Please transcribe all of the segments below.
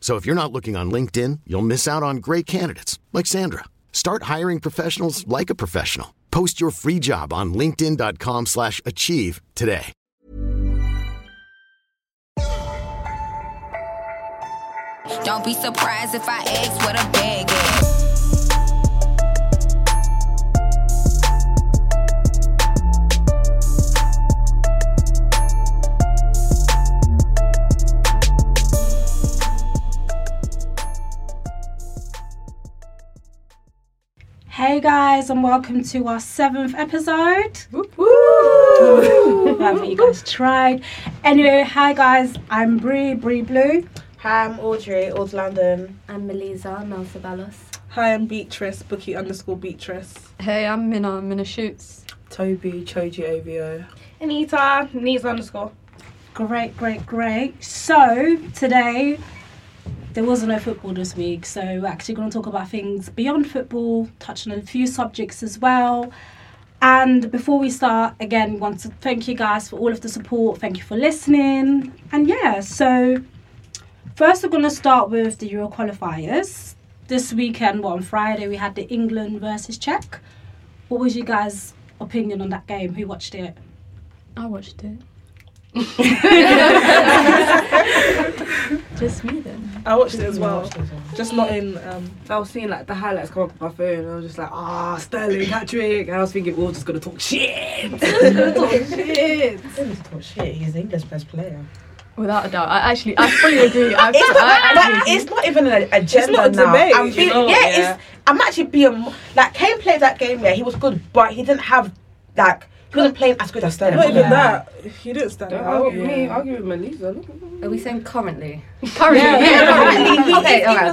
So if you're not looking on LinkedIn, you'll miss out on great candidates like Sandra. Start hiring professionals like a professional. Post your free job on linkedin.com/achieve slash achieve today. Don't be surprised if I ask what a bag is. Hey guys, and welcome to our seventh episode. However, you guys tried. Anyway, hi guys, I'm Bree, Bree Blue. Hi, I'm Audrey, Old London. I'm Melisa Mel Sabalos. Hi, I'm Beatrice, Bookie underscore Beatrice. Hey, I'm Minna, Minna Shoots. Toby, Choji OVO. Anita, knees underscore. Great, great, great. So, today, there was no football this week, so we're actually going to talk about things beyond football, touch on a few subjects as well. And before we start, again, we want to thank you guys for all of the support. Thank you for listening. And yeah, so first we're going to start with the Euro qualifiers. This weekend, well, on Friday, we had the England versus Czech. What was you guys' opinion on that game? Who watched it? I watched it. Just me then. I watched it as well, just not in. Um, I was seeing like the highlights come up on my phone, and I was just like, ah, Sterling, Patrick, and I was thinking we are just gonna talk shit. gonna talk shit. oh shit, he's the English best player. Without a doubt, I actually, I fully agree. I, It's not, I but actually- it's not even an agenda not a now. debate, I'm you being, know, yeah, yeah. it's. I'm actually being like Kane played that game. Yeah, he was good, but he didn't have like he wasn't playing as good as Sterling. Not even Yeah. that. He didn't stand Don't out. argue with me. Argue with Melissa. Look at Are we saying currently? currently, He- he- okay, he's all right, England's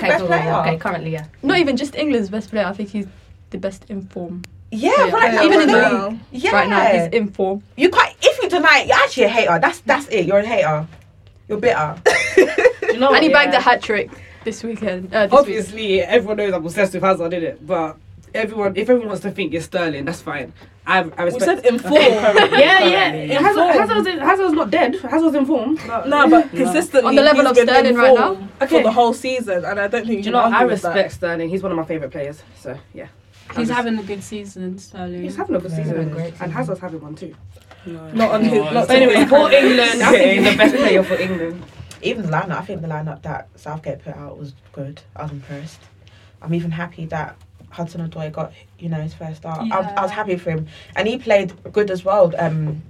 okay, best cool. player. Okay, currently, yeah. not even just England's best player. I think he's the best in form Yeah, Yeah. right. now, Even in look- the- yeah. right now. He's in form. you quite. If you deny it, you're actually a hater. That's that's it. You're a hater. You're bitter. you know and he what, bagged yeah. a hat trick this weekend. Uh, this week. Obviously, everyone knows I'm obsessed with Hazard, did it? But everyone, if everyone wants to think it's Sterling, that's fine. I, I We respect. said in four. yeah, yeah. In Hazard, form. Hazard's, in- Hazard's not dead. Hazard's in form. But No, but consistently On the level he's of been Sterling in right form now? for Okay. the whole season, and I don't think you you know, can I argue with respect Sterling. He's one of my favorite players. So yeah, He's having a good season, Sterling. he's having a good season, having a great and Hazard's having one too. that. Not on his. Not But anyway, for England, I think Okay. he's the best player for England. even the lineup, I think the lineup that Southgate put out was good. I was impressed. I'm even happy that Hudson Odoi got you know his first start. I, I was Yeah. happy for him, and he played good as well. Um,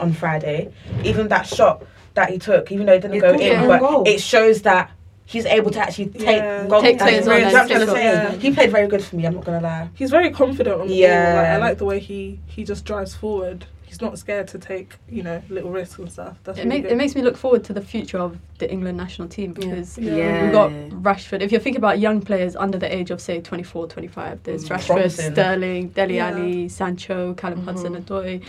on Friday, even that shot that he took, even though it didn't He go caught in, it on but goal. it shows that he's able to actually take Yeah. goal. Take players on That's and what I'm take saying. shots. He played very good for me. I'm not gonna lie. He's very confident on the ball. Like, Yeah. I like the way he he just drives forward. He's not scared to take you know little risks and stuff. That's It, really make, good. it makes me look forward to the future of the England national team because Yeah. we've got Rashford. If you're thinking about young players under the age of, say, 24, 25, there's Rashford, Promising. Sterling, Deli Yeah. Ali, Sancho, Callum Hudson, Odoi,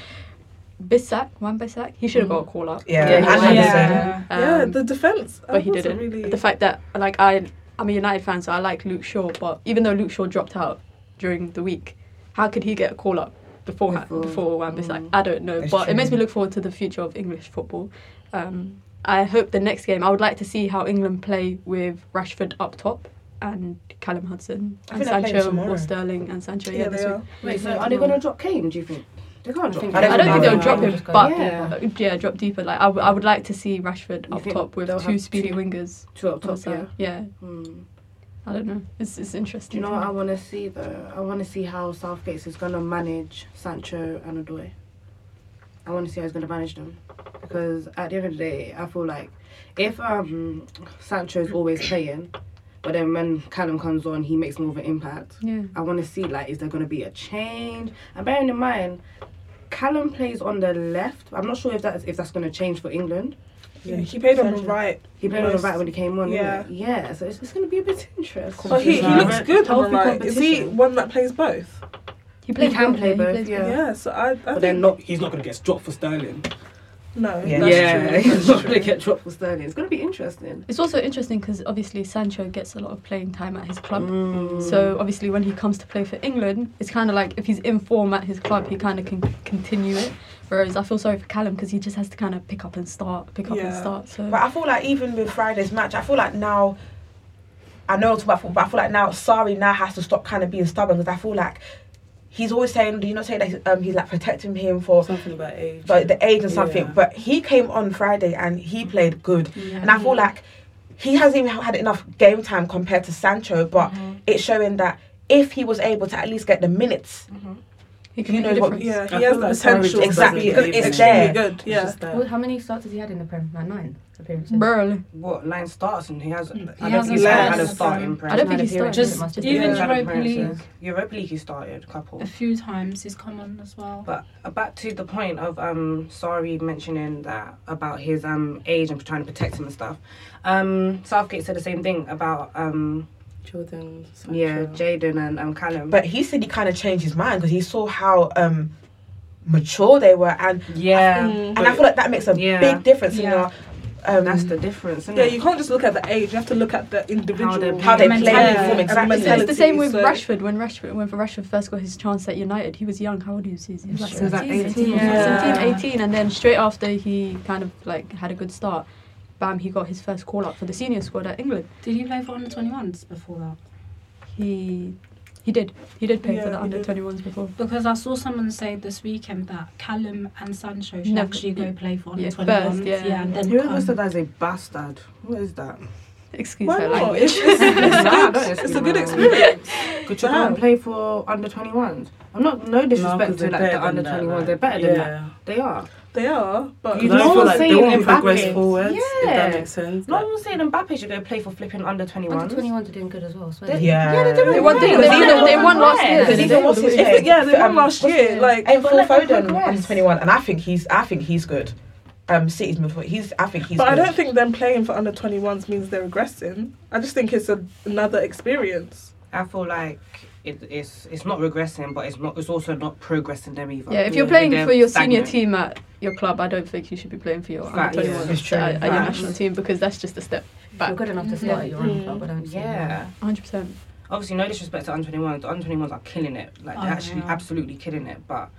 Bissac, Wan Bissac. He should have got a call up. Yeah, Yeah, he and was. Henderson. Yeah. Um, yeah, the defense. I but he wasn't didn't. Oh, Really... The fact that, like, I, I'm a United fan, so I like Luke Shaw, but even though Luke Shaw dropped out during the week, how could he get a call up beforehand before, Wan Bissaka? I don't know, That's but true. it makes me look forward to the future of English football. Um, I hope the next game. I would like to see how England play with Rashford up top and Callum Hudson I and think they're playing Sancho tomorrow. or Sterling and Sancho. Yeah, yeah, this they week. are. Wait, so are they gonna drop Kane? Do you think they can't drop? think Kane. Mm. they I don't think they'll No, drop they'll him, just go but deeper. uh, yeah, drop deeper. Like I, w- I would like to see Rashford You up think top with they'll two have speedy two- wingers Two up on the top, yeah. side. Yeah, Hmm. I don't know. It's it's Do interesting. you know to what me. I want to see though? I want to see how Southgate's is going to manage Sancho and Odoi. I want to see how he's going to manage them. Because at the end of the day, I feel like if um, Sancho's always playing, but then when Callum comes on, he makes more of an impact. Yeah. I want to see like is there going to be a change? And bearing in mind, Callum plays on the left. I'm not sure if that's if that's going to change for England. Yeah, he played on the right He played on the most. right when he came on. Yeah. Yeah, yeah. So it's, it's going to be a bit interesting. But Oh, he, he looks good on the Healthy right. Is he competition. one that plays both? He plays He can both, play yeah, he both, plays yeah. both. Yeah, so I, I But think... they're not- He's not going to get dropped for Sterling. No. Yeah, That's true. he's That's not true. going to get dropped for Sterling. It's going to be interesting. It's also interesting because obviously Sancho gets a lot of playing time at his club. So obviously when he comes to play for England, it's kind of like if he's in form at his club, he kind of can continue it. Whereas I feel sorry for Callum because he just has to kind of pick up and start, pick up and start. So But I feel like even with Friday's match, I feel like now. I know it's about football, but I feel like now Sari now has to stop kind of being stubborn because I feel like he's always saying, do you not say that he's, um, he's like protecting him for something about age, but the age and something. Yeah. But he came on Friday and he played good, and I feel like he hasn't even had enough game time compared to Sancho. But it's showing that if he was able to at least get the minutes, he can make a difference. Yeah, he has the potential. Exactly, doesn't he? it's Extremely there. Good, yeah. Well, how many starts has he had in the Prem? Like nine appearances. Burl. What nine starts and he hasn't? I He don't think hasn't he's had a started. start in Prem. I don't think he started. Just even Yeah. Europa Appearances. League. Europa League he started a couple. A few times he's come on as well. But uh, back to the point of um sorry mentioning that about his um age and trying to protect him and stuff. Um Southgate said the same thing about um Jordan. Yeah, Jaden and um Callum. But he said he kind of changed his mind because he saw how um, mature they were, and Yeah. and I feel like that makes a Yeah. big difference in Mm. Yeah. your. Um, That's the difference. Isn't Yeah, it? you can't just look at the age. You have to look at the individual. How they play, Yeah, perform, and exactly. It's, it's the same with so- Rashford. When Rashford, when Rashford first got his chance at United, he was young. How old was he? He was like He was like 17, 18. 18, Yeah. 17, 18, and then straight after he kind of like had a good start. Bam, he got his first call up for the senior squad at England. Did he play for under 21s before that? He he did. He did play Yeah, for the he under did. 21s before. Because I saw someone say this weekend that Callum and Sancho should Never- actually go play for under yeah, 21s. first, yeah. and then Whoever come. said that's a bastard. What is that? Excuse Why my not? language. It's- it's- it's Nah, good. don't It's a excuse my good language. experience. Could you go Damn. and play for under 21s? I'm not no disrespect 'cause to they're like better the than under that, 21s. like- They're better Yeah. than that. They are. They are, but You They know feel what like I'm they saying? won't progress Mbappe. forwards, yeah. if that makes sense. No one's saying Mbappe should go play for flipping under 21s. Under 21s are doing good as well. So They- Yeah. yeah, they're doing They won- well. they won- Because they won everyone last year. progressed. Because even what's his name? Yeah, they won Um, last year. Like, And Phil but like, Foden under twenty one, and I think he's I think he's good. Um, City's midfield- he's I think he's. But good. I don't think them playing for under 21s means they're regressing. I just think it's a, another experience. I feel like it, it's it's not regressing, but it's not. It's also not progressing them either. Yeah, if you're playing They're for your senior stagnant. team at your club, I don't think you should be playing for your Facts. under 21s Yeah, it's true. at, at your Facts. national team because that's just a step back. you're good enough to start at your own club, I don't see Yeah. why. 100%. Obviously, no disrespect to under 21s. The under 21s are killing it. Like, Oh, they're actually yeah. absolutely killing it. But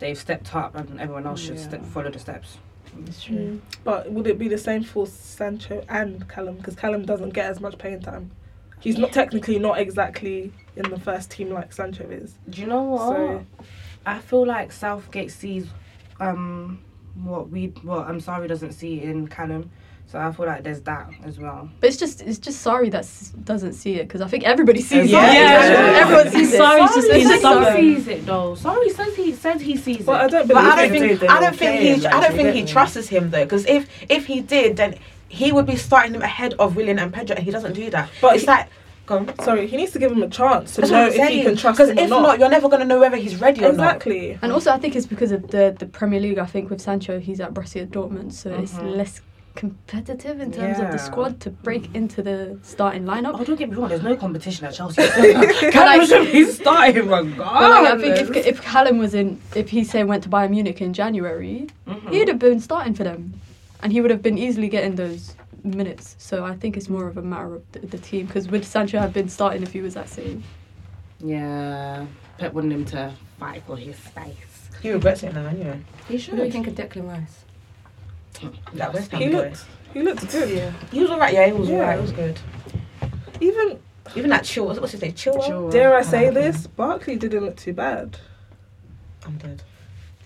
they've stepped up, and everyone else should step, follow the steps. Mm. It's true. But would it be the same for Sancho and Callum? Because Callum doesn't get as much playing time. He's not technically not exactly in the first team like Sancho is. Do you know what? So- I feel like Southgate sees um, what we, what I'm sorry, doesn't see in Callum. So I feel like there's that as well. But it's just it's just sorry that s- doesn't see it because I think everybody sees Yeah. it. Yeah. everyone sees it. Sorry, Sorry's says he stubborn. sees it though. Sorry says he says he sees it. But I don't think I don't think he I don't think he trusts him though because if if he did then he would be starting him ahead of William and Pedro and he doesn't do that. But it's like sorry, he needs to give him a chance to That's know what I'm if he saying, can trust 'cause him or if not. not, you're never going to know whether he's ready or not. Exactly. And also, I think it's because of the the Premier League. I think with Sancho, he's at Borussia Dortmund, so it's Mhm. less competitive in terms of Yeah. the squad to break into the starting lineup. Oh, don't get me wrong. There's no competition at Chelsea. Callum should be starting But like, I think if regardless. if Callum was in, if he say went to Bayern Munich in January, Mm-hmm. he'd have been starting for them, and he would have been easily getting those minutes. So I think it's more of a matter of the, the team because would Sancho have been starting if he was at City? Yeah, Pep wanted him to fight for his space. He regrets it now anyway. He What do you think of Declan Rice? That West Ham He boy. looked, he looked good. Yeah. He was alright. Yeah, he was Yeah. alright. He was good. Even even that chill. What's his name? Chill. Dare I say this? Barkley didn't look too bad. I'm dead.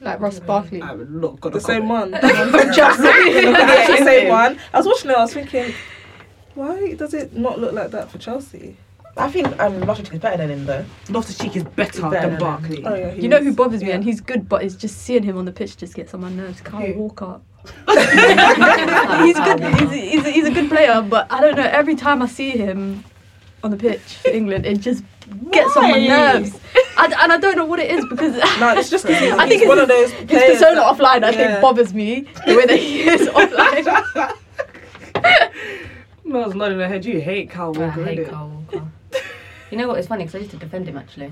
Like Ross Barkley. I'm not gonna the same one. Just- the Yeah. same one. I was watching it. I was thinking, why does it not look like that for Chelsea? I think um, Loftus Cheek is better than him though. Loftus Cheek is better than than him. Barkley. Oh, Oh, you know who bothers me, and he's good, but it's just seeing him on the pitch just gets on my nerves. Kyle Walker. he's good. He's, he's, he's a good player, but I don't know. Every time I see him on the pitch for England, it just gets on my Why? nerves. And, and I don't know what it is because No, it's just 'cause he's- I think he's it's one of those his players persona that- offline. I Yeah. think bothers me the way that he is offline. Mel's nodding her head. You hate Kyle I Walker, hate innit? Carl Walker. you know what? It's funny because I used to defend him actually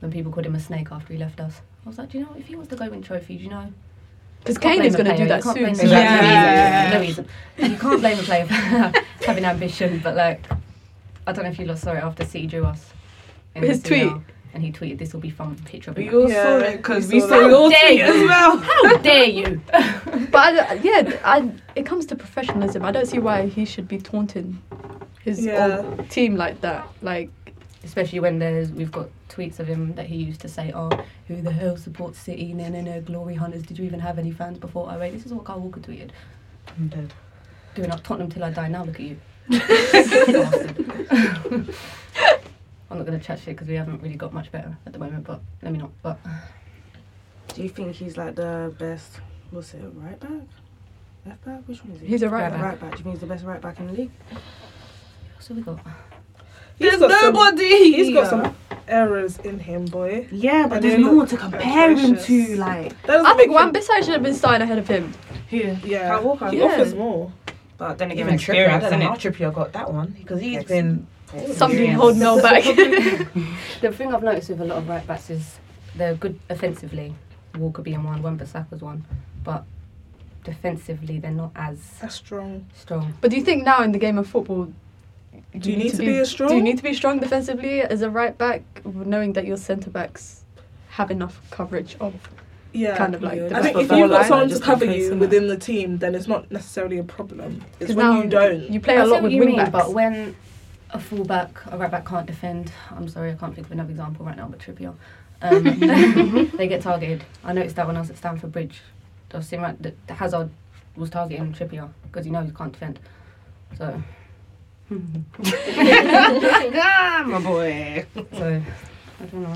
when people called him a snake after he left us. I was like, do you know if he wants to go win trophies, you know. 'Cause You can't Kane blame is a gonna do player, that you can't soon, blame so him. that's the Yeah. No reason. reason. You can't blame a player for having ambition, but like, I don't know if you lot saw it after City drew us. in His the 3-0, tweet. And he tweeted, this will be fun picture of We him." all saw it because we saw How we all dare tweet as you. well. How dare you? but I, yeah, I, it comes to professionalism. I don't see why he should be taunting his Yeah. old team like that. Like, especially when there's we've got tweets of him that he used to say, "Oh, who the hell supports City? No, no, no, glory hunters. Did you even have any fans before?" I wait. This is what Carl Walker tweeted. I'm dead. Doing up Tottenham till I die. Now look at you. I'm not going to chat shit because we haven't really got much better at the moment. But let me not. But Do you think he's like the best? What's it? Right back? Left back? Which one is he? He's a right back. Right back. Do you think he's the best right back in the league? so we got. There's nobody Some, he's got here. some errors in him, boy. Yeah, but And there's they no look one to compare him to. atrocious. Like, I think Wan Bissaka should have been starting ahead of him. here. Yeah. Kyle Walker. He Yeah. offers more. But then Even Trippier, I don't know how Trippier got that one because he's been Something holding Mel back. The thing I've noticed with a lot of right backs is they're good offensively. Walker being one, one Bissaka's one, but defensively they're not as That's strong. strong. But do you think now in the game of football, Do you need to be as strong? Do you need to be strong defensively as a right back, knowing that your centre backs have enough coverage of Yeah, kind of like the I think back if of you've the got line? someone to Just cover in case, you innit? within the team, then it's not necessarily a problem. It's 'Cause when you now don't. you play a I see lot what with you wing mean, backs. But when a fullback, a right back can't defend. I'm sorry, I can't think of another example right now, but Trippier. Um, they get targeted. I noticed that when I was at Stamford Bridge. I was seeing right, that Hazard was targeting Trippier because he knows he can't defend. So, ah, my boy. so I don't know.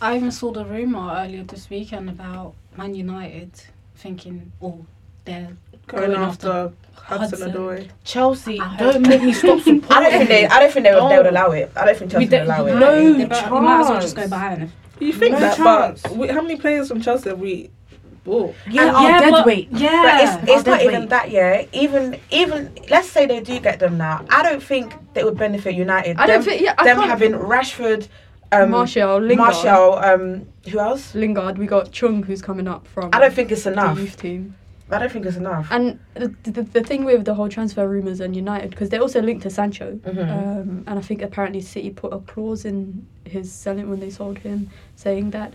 I even saw the rumor earlier this weekend about Man United thinking, oh, they're Going going, after after, Hudson Odoi. Chelsea, don't make me stop supporting I don't think they. I don't think they would, they would Don't. allow it. I don't think Chelsea would allow it. No they might- they might as well just go Bayern. You think No that, chance. but we, how many players from Chelsea have we bought? Yeah, And- our yeah, dead but- weight. Yeah, But it's, it's not even that, yeah. Even even let's say they do get them now. I don't think they would benefit United. I don't Them- think- yeah, I them can't- having Rashford, um, Martial, Lingard. Martial, um, who else? Lingard, we got Chung who's coming up from. I don't think it's enough. The youth team. I don't think it's enough. And the, the, the thing with the whole transfer rumours and United, because they're also linked to Sancho, Mm-hmm. um, and I think apparently City put a clause in his selling when they sold him, saying that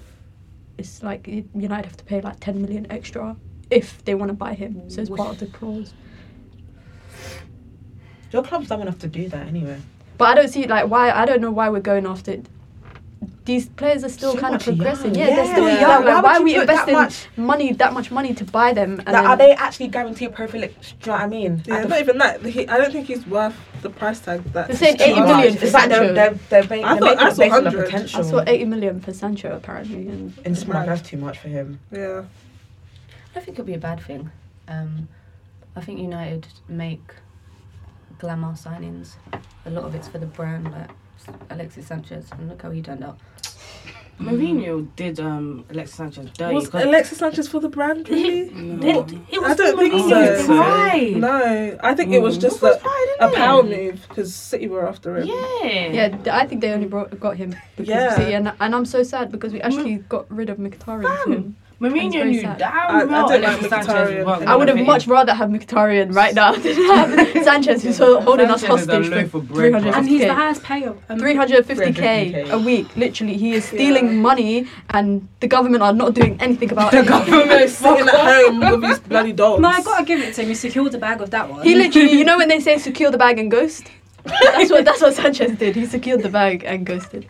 it's like U- United have to pay like 10 million extra if they want to buy him. So it's part of the clause. Your club's dumb enough to do that anyway. But I don't see like why I don't know why we're going after it. These players are still So kind of much young. progressing. Yeah, Yeah. they're still Yeah. young. Why Like, why, would are we you put that investing much- money that much money to buy them? And Like, are then- they actually guaranteed perfect? Do you know what I mean? Yeah, At not the- even that. He, I don't think he's worth the price tag that. They're saying he's 80 charged. million for It's like they're, Sancho. they're, they're, ba- I they're thought- making I it saw based on the 100. I potential. saw 80 million for Sancho apparently. And in this market, that's too much for him. Yeah. I don't think it'll be a bad thing. Um, I think United make glamour signings. A lot of it's for the brand, like Alexis Sanchez, and look how he turned out. Mourinho did um, Alexis Sanchez dirty. Was 'cause- Alexis Sanchez for the brand really? No. It I don't think Mourinho's so. pride. No, I think it was Mm. just a, a power move because City were after him. Yeah. Yeah, th- I think they only brought, got him because Yeah. of City, and, and I'm so sad because Mm. we actually got rid of Mkhitaryan. for him. And it's Mourinho very knew sad. I- I damn well don't like Alexis Sanchez. Mkhitaryan. was I would gonna have fit much rather have Mkhitaryan right now than have Sanchez, who's ho- holding us Sanchez is a hostage loaf for of bread, bro. 350k. And he's the highest payer. Um, 350k a week. Literally, he is stealing money, and the government are not doing anything about it. Government sitting at home with his bloody dogs. No, I gotta give it to him. He secured the bag of that one. He literally, you know, when they say secure the bag and ghost. That's what that's what Sanchez did. He secured the bag and ghosted.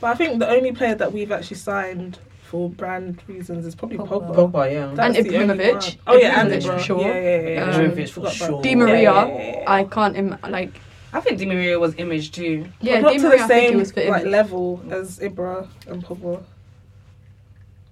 But I think the only player that we've actually signed for brand reasons is probably Pogba. Pogba. Pogba, yeah. That's And the only Ibrahimovic. one. Oh yeah, and Ibrahimovic for Ibra. sure. Yeah, yeah, yeah. Um, Forgot about Di him. Maria, Yeah, yeah, yeah. I can't Im- like. I think Di Maria was image too. But not to the same like level as Ibra and Pogba.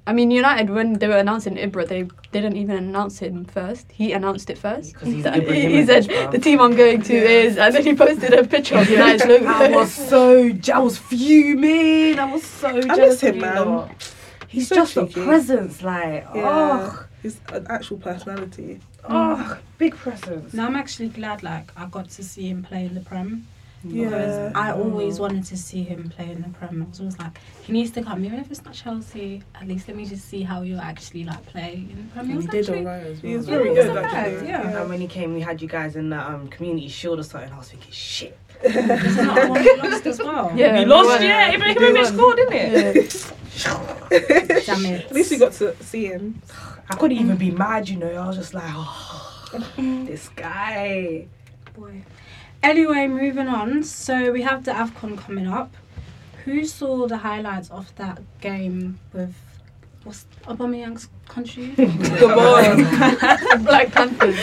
I mean, United when they were announcing Ibra, they didn't even announce him first. He announced it first. he's That- Ibrahimovic, he said bro. the team I'm going to is, and then he posted a picture of United's logo. I was so I was fuming. I was so jealous. miss him, of you man. lot. He's, so just cheeky. a presence, like Yeah. Mm. oh, He's an actual personality. oh, big presence. Now I'm actually glad like I got to see him play in the Prem. Yeah. Because I always Mm. wanted to see him play in the Prem. I was always like, he needs to come, even if it's not Chelsea. At least let me just see how you actually like play in the Prem. And was he did actually- alright as well. He was very good. actually. Yeah. And when he came, we had you guys in the um, community shield or something. I was thinking, shit. lost as well. Yeah, we we lost. won. Yeah, We Ibrahimovic won. scored, didn't it? Damn it. At least we got to see him. I couldn't even be mad, you know. I was just like, oh, this guy. Boy. Anyway, moving on. So we have the AFCON coming up. Who saw the highlights of that game with what's Aubameyang's country? Black Panthers.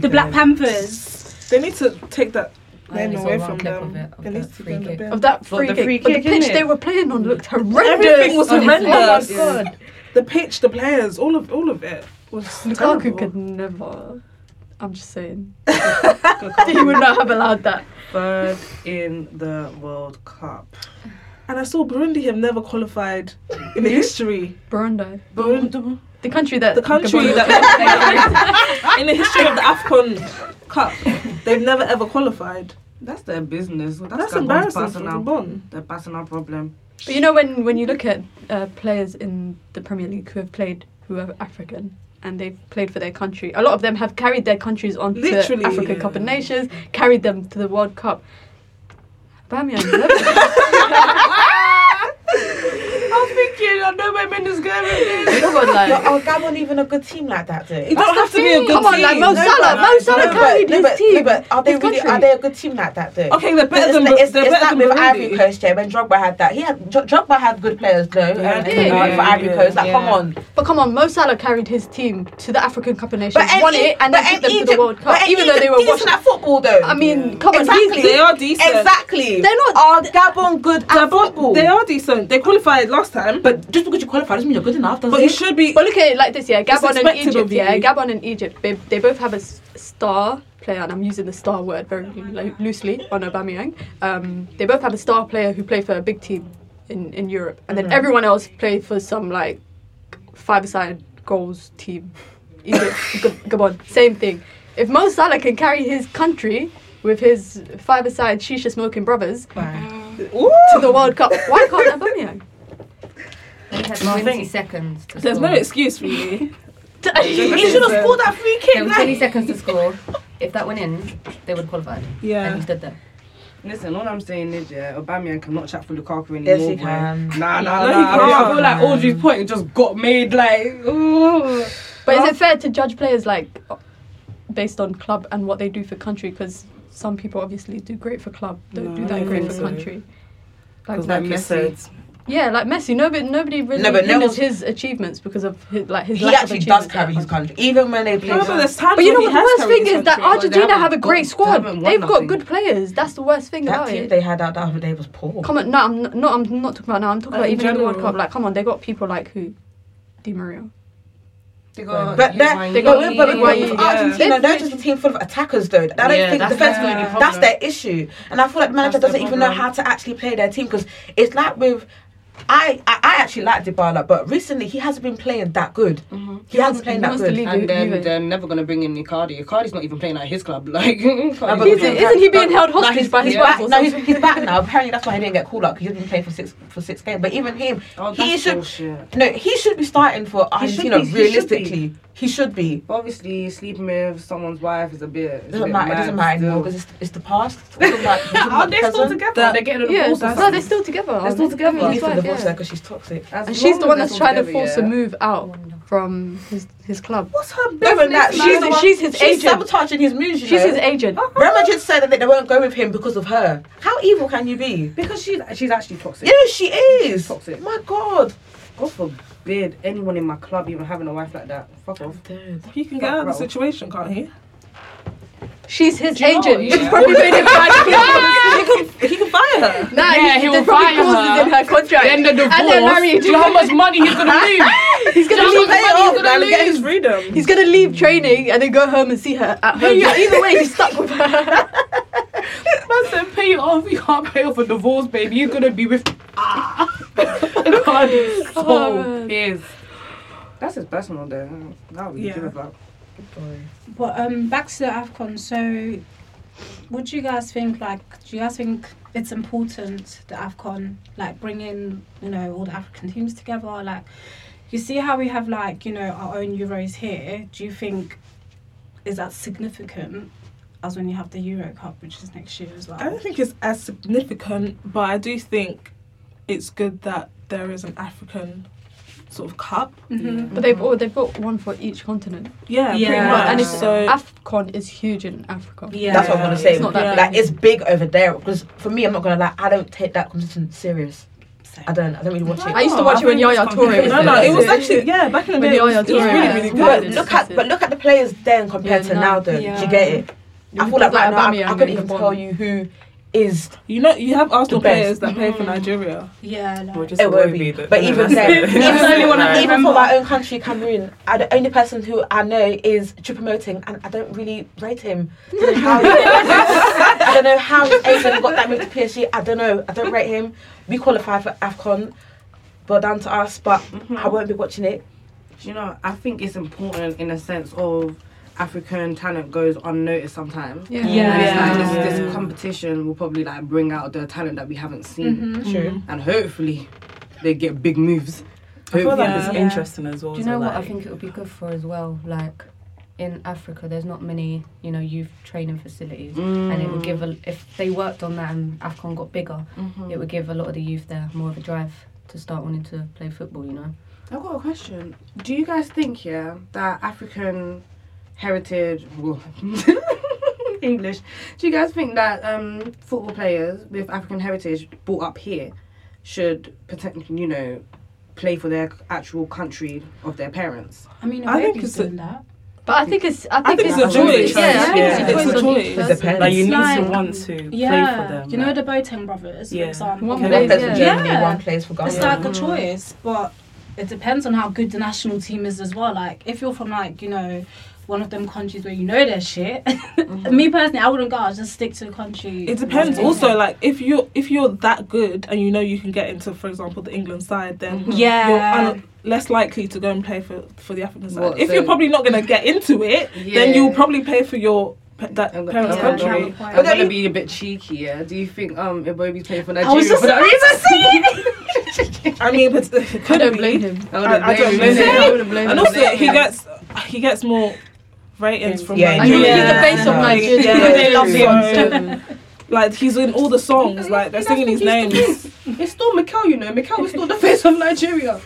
The Black Panthers. They need to take that name I only saw away one from clip them. of it, they need to bend the bend. Of that free kick. but the pitch they were playing on looked horrendous. Everything was Honestly. horrendous. Oh my god. The pitch, the players, all of all of it was Lukaku terrible. could never. I'm just saying. he would not have allowed that. Third in the World Cup. And I saw Burundi have never qualified in the history. Burundi. Burundi. The country that the country that in the history of the Afcon Cup, they've never ever qualified. That's their business. Well, That's Gabon's embarrassing for personal- Gabon. Their personal problem. But you know when when you look at uh, players in the Premier League who have played who are African and they've played for their country, a lot of them have carried their countries on to Literally. Africa Cup of Nations, carried them to the World Cup. Bamian, I was thinking, I know where Mendes going with this. Come on, like- Yo, are Gabon even a good team like that, though? It don't have to be a good Come on, like, team. Mo No, Salah, but- Mo no, Salah but- carried no, his but- team. no, but are they really? Are they a good team like that, though? Okay, they're better It's than like- Bur- It's, they're it's better like than with Ivory Burundi. Coast. Yeah, when Drogba had that, he had Dro- Drogba had good players, though. Yeah, um, he for did. Ivory Coast, like, come on. But come on, Mo Salah carried his team to the African Cup of Nations, But and won E- it, and but then took and them to Egypt- the World Cup, but and even though they Egypt were decent washed. at football, though. I mean, come on, Exactly. he's- They are decent. Exactly. They're not- Are Gabon good at football? They are decent. They qualified last time, but just because you qualified doesn't mean you're good enough, does But it? you should be. But look at it like this, yeah. It's Gabon and expected Egypt, of you. yeah. Gabon and Egypt, they, they both have a s- star player, and I'm using the star word very lo- loosely on Aubameyang. Um, they both have a star player who played for a big team in, in Europe, and then Mm-hmm. Mhm. everyone else played for some like five-a-side goals team. Egypt, G- Gabon, same thing. If Mo Salah can carry his country with his five-a-side shisha smoking brothers to the World Cup, why can't Aubameyang? They had Well, I 20 think- seconds to There's score. no excuse really. He should have scored that free There was 20 seconds to score. If that went in, they would qualify. Yeah. And he stood there. Listen, all I'm saying is, yeah, Aubameyang cannot chat for Lukaku anymore. Yes, he boy. can. Nah, nah, No, he nah. I feel- I feel like can't. Audrey's point just got made. Like, ooh. But is it fair to judge players like based on club and what they do for country? Because some people obviously do great for club, No, don't do I that don't great think for so. country. Because like you said, Yeah, like Messi. Nobody, nobody really No, but no remembers one- his achievements because of his, like his. He lack actually of does achievements. carry his country, even when they play. No, but there's times But you when he know what the has worst carried thing his is that country. Argentina They have a great got- squad. they haven't won They've got nothing. good Oh, players. That's the worst thing That about team it. they had out the other day was poor. Come on, no, I'm n- not. I'm not talking about now. I'm talking Oh, about in even in the World general. Cup. Like, come on, they got people like who, Di Maria. They got E. But they're, They they got but, but, but Higuaín, yeah. with Argentina, they're just a team full of attackers, though. I don't Yeah, think that's defense. their problem. That's their issue, and I feel like the manager That's their doesn't even know problem. how to actually play their team because it's like with. I, I, I actually like Dybala, but recently he hasn't been playing that good. Mm-hmm. He, hasn't been playing that good. and then they're never gonna bring in Icardi. Icardi's not even playing at his club. Like, No, but Icardi- because- no, no, he's- he's back, No, he's, he's back now. Apparently, that's why he didn't get called up. 'cause He's been playing for six for six games. But even him, he Oh, that's should bullshit. no, he should be starting for He should Argentina. be- he should be. realistically, he should be. But Obviously, sleeping with someone's wife is a bit. It doesn't matter. It doesn't matter anymore because it's, it's the past. Are they still together? They're getting a Yeah, divorce or no, something. they're still together. They're still together. Him and He his needs to wife, divorce yeah. her because she's toxic. and she's the one that's trying to together, force yeah. a move out from his his club. What's her No, but that- she's- man? she's his agent. She's sabotaging his moves. You She's know? his agent. Real Madrid said that they won't go with him because of her. How evil can you be? Because she's she's actually toxic. Yeah, she is. toxic. My God. God forbid anyone in my club even having a wife like that. Fuck off. Dude. He can get out of the situation, can't he? She's his Do you know agent. what, She's yeah? probably made it bad. he, can, he can fire her. Nah, Yeah, he, he will there's fire probably clauses her. in her contract. Then the And they're divorce. married. Do you know how much money he's gonna lose? he's gonna Do you know leave. how much money he's gonna He's gonna lose? leave. He's gonna leave training and then go home and see her at home. Yeah. But either way, he's stuck with her. Man said, pay it off. You can't pay off a divorce, baby. You're gonna be with. Ah. God, he's so Oh, man. pissed. That's his personal day. That would be Yeah. give a fuck. But um, back to the Afcon. So, what do you guys think? Like, do you guys think it's important the Afcon, like, bringing you know all the African teams together? Like, you see how we have like you know our own Euros here. Do you think is that significant as when you have the Euro Cup, which is next year as well? I don't think it's as significant, but I do think it's good that there is an African sort of cup. Mm-hmm. But they've all, they've got one for each continent. Yeah, Yeah. pretty much. And it's So- Afcon is huge in Africa. That's what I'm gonna say. It's not that like big. it's big over there because for me, I'm not gonna lie. I don't take that competition serious. I don't. I don't really watch it. I used Oh, to watch it when Yaya Toure was No, no, there. it was actually yeah. Back in the When day, it Yaya was, it was Toure really, was there. really good. But Yeah. look at but look at the players then compared to now. Though, do you get it? I feel like right now I couldn't even tell you who is. You know, you have Arsenal best. players that play Mm-hmm. for Nigeria. Yeah, like, It would be, but even then, That's the only one I even, even remember. for my own country, Cameroon, I, the only person who I know is Chupamoting, and I don't really rate him. I don't know how, I don't know how Aiden got that move to PSG. I don't know. I don't rate him. We qualified for Afcon, but down to us. But I Mm-hmm. won't be watching it. You know, I think it's important in a sense of African talent goes unnoticed sometimes. Yeah. And it's Yeah. like this, Yeah. this competition will probably like bring out the talent that we haven't seen. Mm-hmm. Mhm. True. And hopefully, they get big moves. I feel Hopefully. like it's interesting as well. Do you so know what I like- think it would be good for as well? Like in Africa, there's not many, you know, youth training facilities, and it would Mm. give a, if they worked on that and Afcon got bigger, Mhm. Mm-hmm. it would give a lot of the youth there more of a drive to start wanting to play football. You know. I've got a question. Do you guys think, yeah, that African heritage, well, English, do you guys think that um, football players with African heritage brought up here should, poten- you know, play for their actual country of their parents? I mean, I think it's doing that. But I think it's. I I think, think it's a choice. choice. Yeah, I think Yeah, it's a choice. on each person. Like you It's need to like- want to yeah. play for them. You know the Boateng brothers, Yeah. for example. One One plays, plays for yeah. Germany, one plays Oh, for It's Ghana. like a choice, but it depends on how good the national team is as well. Like if you're from like you know one of them countries where you know their shit. Me personally, I wouldn't go. I just stick to the country. It depends. Yeah. Also, like if you're if you're that good and you know you can get into, for example, the England side, then Mm-hmm. Yeah. you're un- less likely to go and play for for the African side. What, if so- you're probably not gonna get into it, Yeah. then you'll probably play for your pa- that I'm parents' gonna, country. I'm gonna be a bit cheeky, yeah. Do you think um Ibobi's playing for Nigeria was just for that about to reason? I mean, but it could don't be. blame him. I wouldn't I, I don't blame blame him. him. I wouldn't blame and him. also, he gets he gets more ratings from Yeah, Nigeria. he's the face of Nigeria. Yeah, they love Nigeria. him. Like he's in all the songs. Like they're singing his names. It's still Mikel, you know. Mikel is still the face of Nigeria.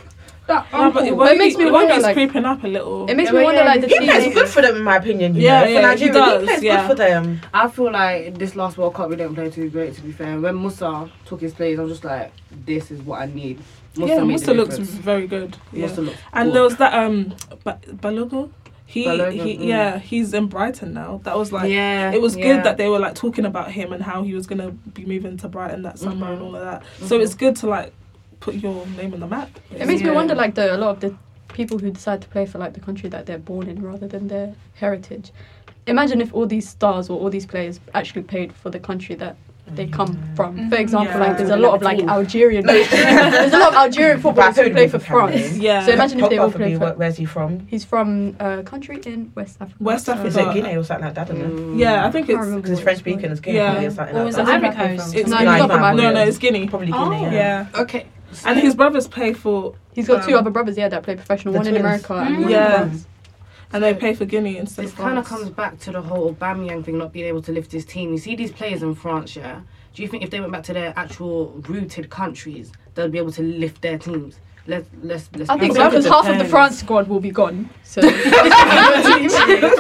That Yeah, but uncle. it, it makes me wonder. Like, creeping up a little. he plays good for them in my opinion. You Yeah, yeah, know? for he Nigeria, does, plays yeah. good for them. I feel like this last World Cup we didn't play too great. To be fair, when Musa took his plays, I'm just like, this is what I need. Musa yeah, made the Musa looks difference. very good. Yeah. Musa looks and good. there was that um ba- Balogo. He, Balogun, he mm. yeah, he's in Brighton now. That was like Yeah, it was yeah. good that they were like talking about him and how he was gonna be moving to Brighton that summer and all of that. So Mhm. it's good to like put your name on the map. It makes me wonder, like, the a lot of the people who decide to play for like the country that they're born in rather than their heritage. Imagine if all these stars or all these players actually played for the country that Mm. they come from. For Mm-hmm. example, Yeah. like there's a lot of like Ooh. Algerian, there's a lot of Algerian footballers who play for France. So imagine if they all Pogba for play me, for. where- where's he from? He's from a country in West Africa. West so- Africa. Is it Guinea or something like that? I don't Mm. know. Yeah, I think it's because it's French speaking. It's Guinea Yeah. or something Or like was that. it Ivory Coast? It's No, like he's not from Nigeria. Ivory Coast. No, no, it's Guinea. Probably Oh. Guinea. Yeah. Okay. And his brothers play for. He's got two other brothers, yeah, that play professional. the One in twins. America Mm. and one in Yeah. France. And they play for Guinea instead This of kind of France. comes back to the whole Bamiyang thing, not being able to lift his team. You see these players in France, yeah. Do you think if they went back to their actual rooted countries, they'd be able to lift their teams? Let's let's let's. I think so because half of the France squad will be gone. So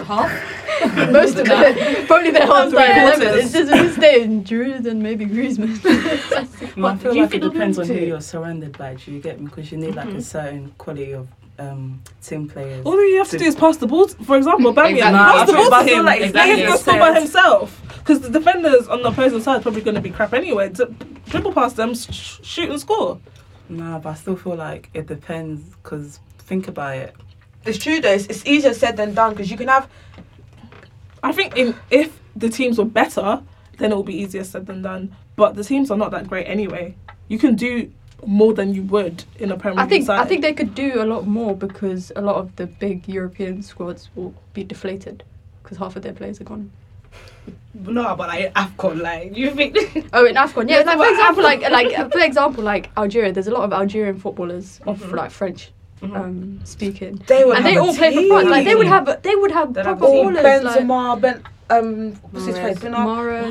Most of them, probably the whole Half three entire eleven. quarters. It's just we stay in Giroud and maybe Griezmann. But I do feel you like it think they'll be depends on able who to? Mm-hmm. you're surrounded by. Do you get me? Because you need like a Mhm. certain quality of um, team players. All you have to do is pass the ball. To, for example, Bamian Exactly. Nah, pass the I think ball to Bamian him. Like, exactly He can score by himself because the defenders on the opposing side are probably going to be crap anyway. D- dribble past them, sh- sh- shoot and score. Nah, but I still feel like it depends because think about it. It's true though. It's, it's easier said than done because you can have. I think in, if the teams were better, then it will be easier said than done. But the teams are not that great anyway. You can do more than you would in a Premier I League think side. I think they could do a lot more because a lot of the big European squads will be deflated because half of their players are gone. No, but like Afcon, like you think. Oh, in Afcon, yeah. Yes, Like for but example, like Afcon. like uh, for example, like Algeria. There's a lot of Algerian footballers of Mhm. Mm-hmm. like French um, speaking, They would and they have a all play for France. Like they would team. have they would have proper all ballers. like, Benzema, Ben, um, what's his Mahrez,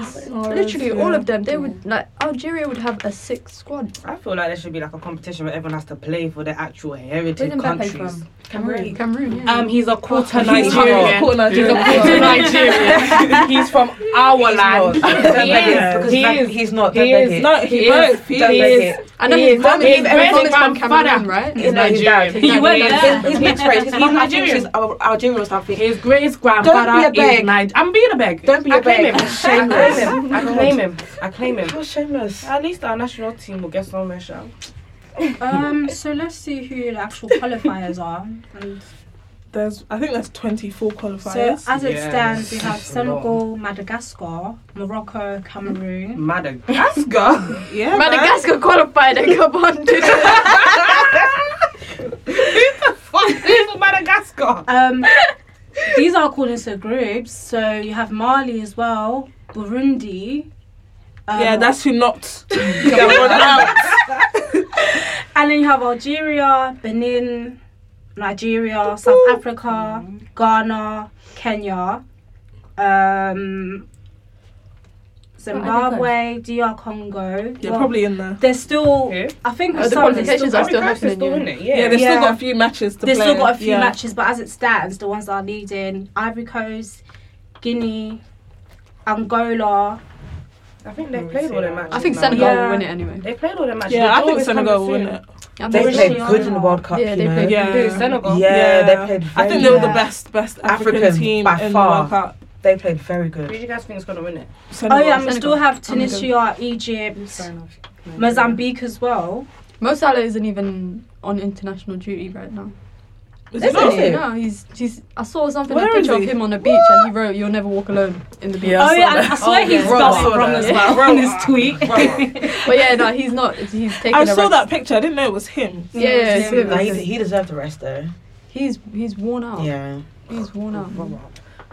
face? Mahrez, literally all of them. They would like Algeria would have a sick squad. I feel like there should be like a competition where everyone has to play for their actual Where's heritage Mbappe countries. from? Cameroon. Cameroon. Yeah. Um, he's a quarter He's half Nigerian. quarter Nigerian. He's a quarter Nigerian. He's from our land. Don't beg it, because that- he's not, don't He beg is. it. No, he He is, both. He don't beg is. it. I know his mum- His his mum is from grandfather Cameroon, right? Is Is Nigerian. Nigerian. He went there. His mixed race, his He's mum, I think, she's Nigerian. Algerian or something. His greatest Don't grandfather be a is beg. Nigerian. I'm being a beg. Don't be a a beg. beg. Shameless. Oh I God. claim him. I claim him. How shameless. At least our national team will get some measure. Um, so let's see who the actual qualifiers are. And there's I think there's 24 so qualifiers. as it stands, we have Senegal, Madagascar, Morocco, Cameroon. Madagascar. yeah, Madagascar qualified and Gabon did Madagascar. Um, these are according to groups. So you have Mali as well, Burundi. um, yeah, that's who knocked. And then you have Algeria, Benin, Nigeria, South Africa, Ghana, Kenya, um, Zimbabwe, DR Congo. They're probably in there. They're still. I think Oh, with some, the they're qualifications are still got- happening, Still in it, yeah. yeah, they've still got a few matches to They've still play, got a few yeah. matches, but as it stands, the ones that are leading Ivory Coast, Guinea, Angola. I think they played all their matches. I think now. Senegal will win it anyway. They played all their matches. Yeah, The I draw think is Senegal will coming win it. soon. They played good "Oh." in the World Cup. Yeah, you they know. played Yeah. good. Who, Senegal? Yeah, Yeah. they played. I Very think they were the good. best- best African team by in the far. World Cup. They played very Who do good. you guys think is gonna win it? Oh yeah, and we still have Tunisia, Egypt, Mozambique as well. Mo Salah isn't even on international duty right now. Is he not? No, he's, he's. I saw something Where a picture is of he? him on a beach, and he wrote, "You'll never walk alone in the beach." Yeah, I Oh, saw yeah, that. I swear Oh, he yeah. spelled Wrong. it wrong as well in his tweet. but yeah, no, he's not. He's taking. I a saw rest. that picture. I didn't know it was him. Yeah, yeah, it's him. Nah, he, he deserved a rest though. He's he's worn out. Yeah. He's worn out.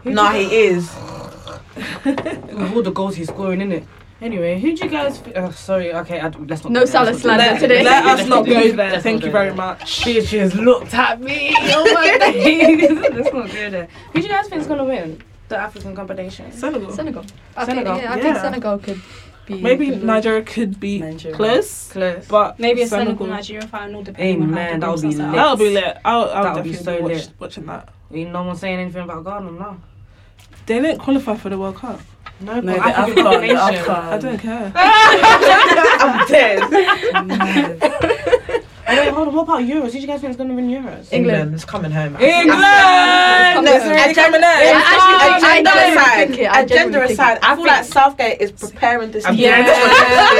Nah, he is. With all the goals he's scoring in it. Anyway, who do you guys? F- uh, sorry, okay, I, let's not. No go there, Salah let's slander not go there. today. Let Let's us not not go go there. there. Thank you very much. Bitch she has looked at me. Oh my days. let's not go there. Who do you guys think is gonna win the African competition? Senegal. Senegal. I I think- Senegal. Senegal, yeah, I think yeah. Senegal could be. Maybe could lose. Nigeria could be close. Close. But Maybe a Senegal Nigeria final, depending on how Amen. the That would be groups lit. are set. That'll be lit. I'll, I'll That would definitely be be, so watch- lit. watching that. Ain't no one saying anything about Ghana now. They didn't qualify for the World Cup. No, No, but the African Afcon, competition. the Um, Afcon. I don't care. I'm dead. Oh, wait, hold on. What about Euros? Who do you guys think is going to win Euros? England is coming home. England! No, It's really agenda- coming eh? home. agenda- I actually- I genuinely agenda aside, think it. I agenda genuinely think aside, it. I feel like Southgate is preparing this I'm team. dead.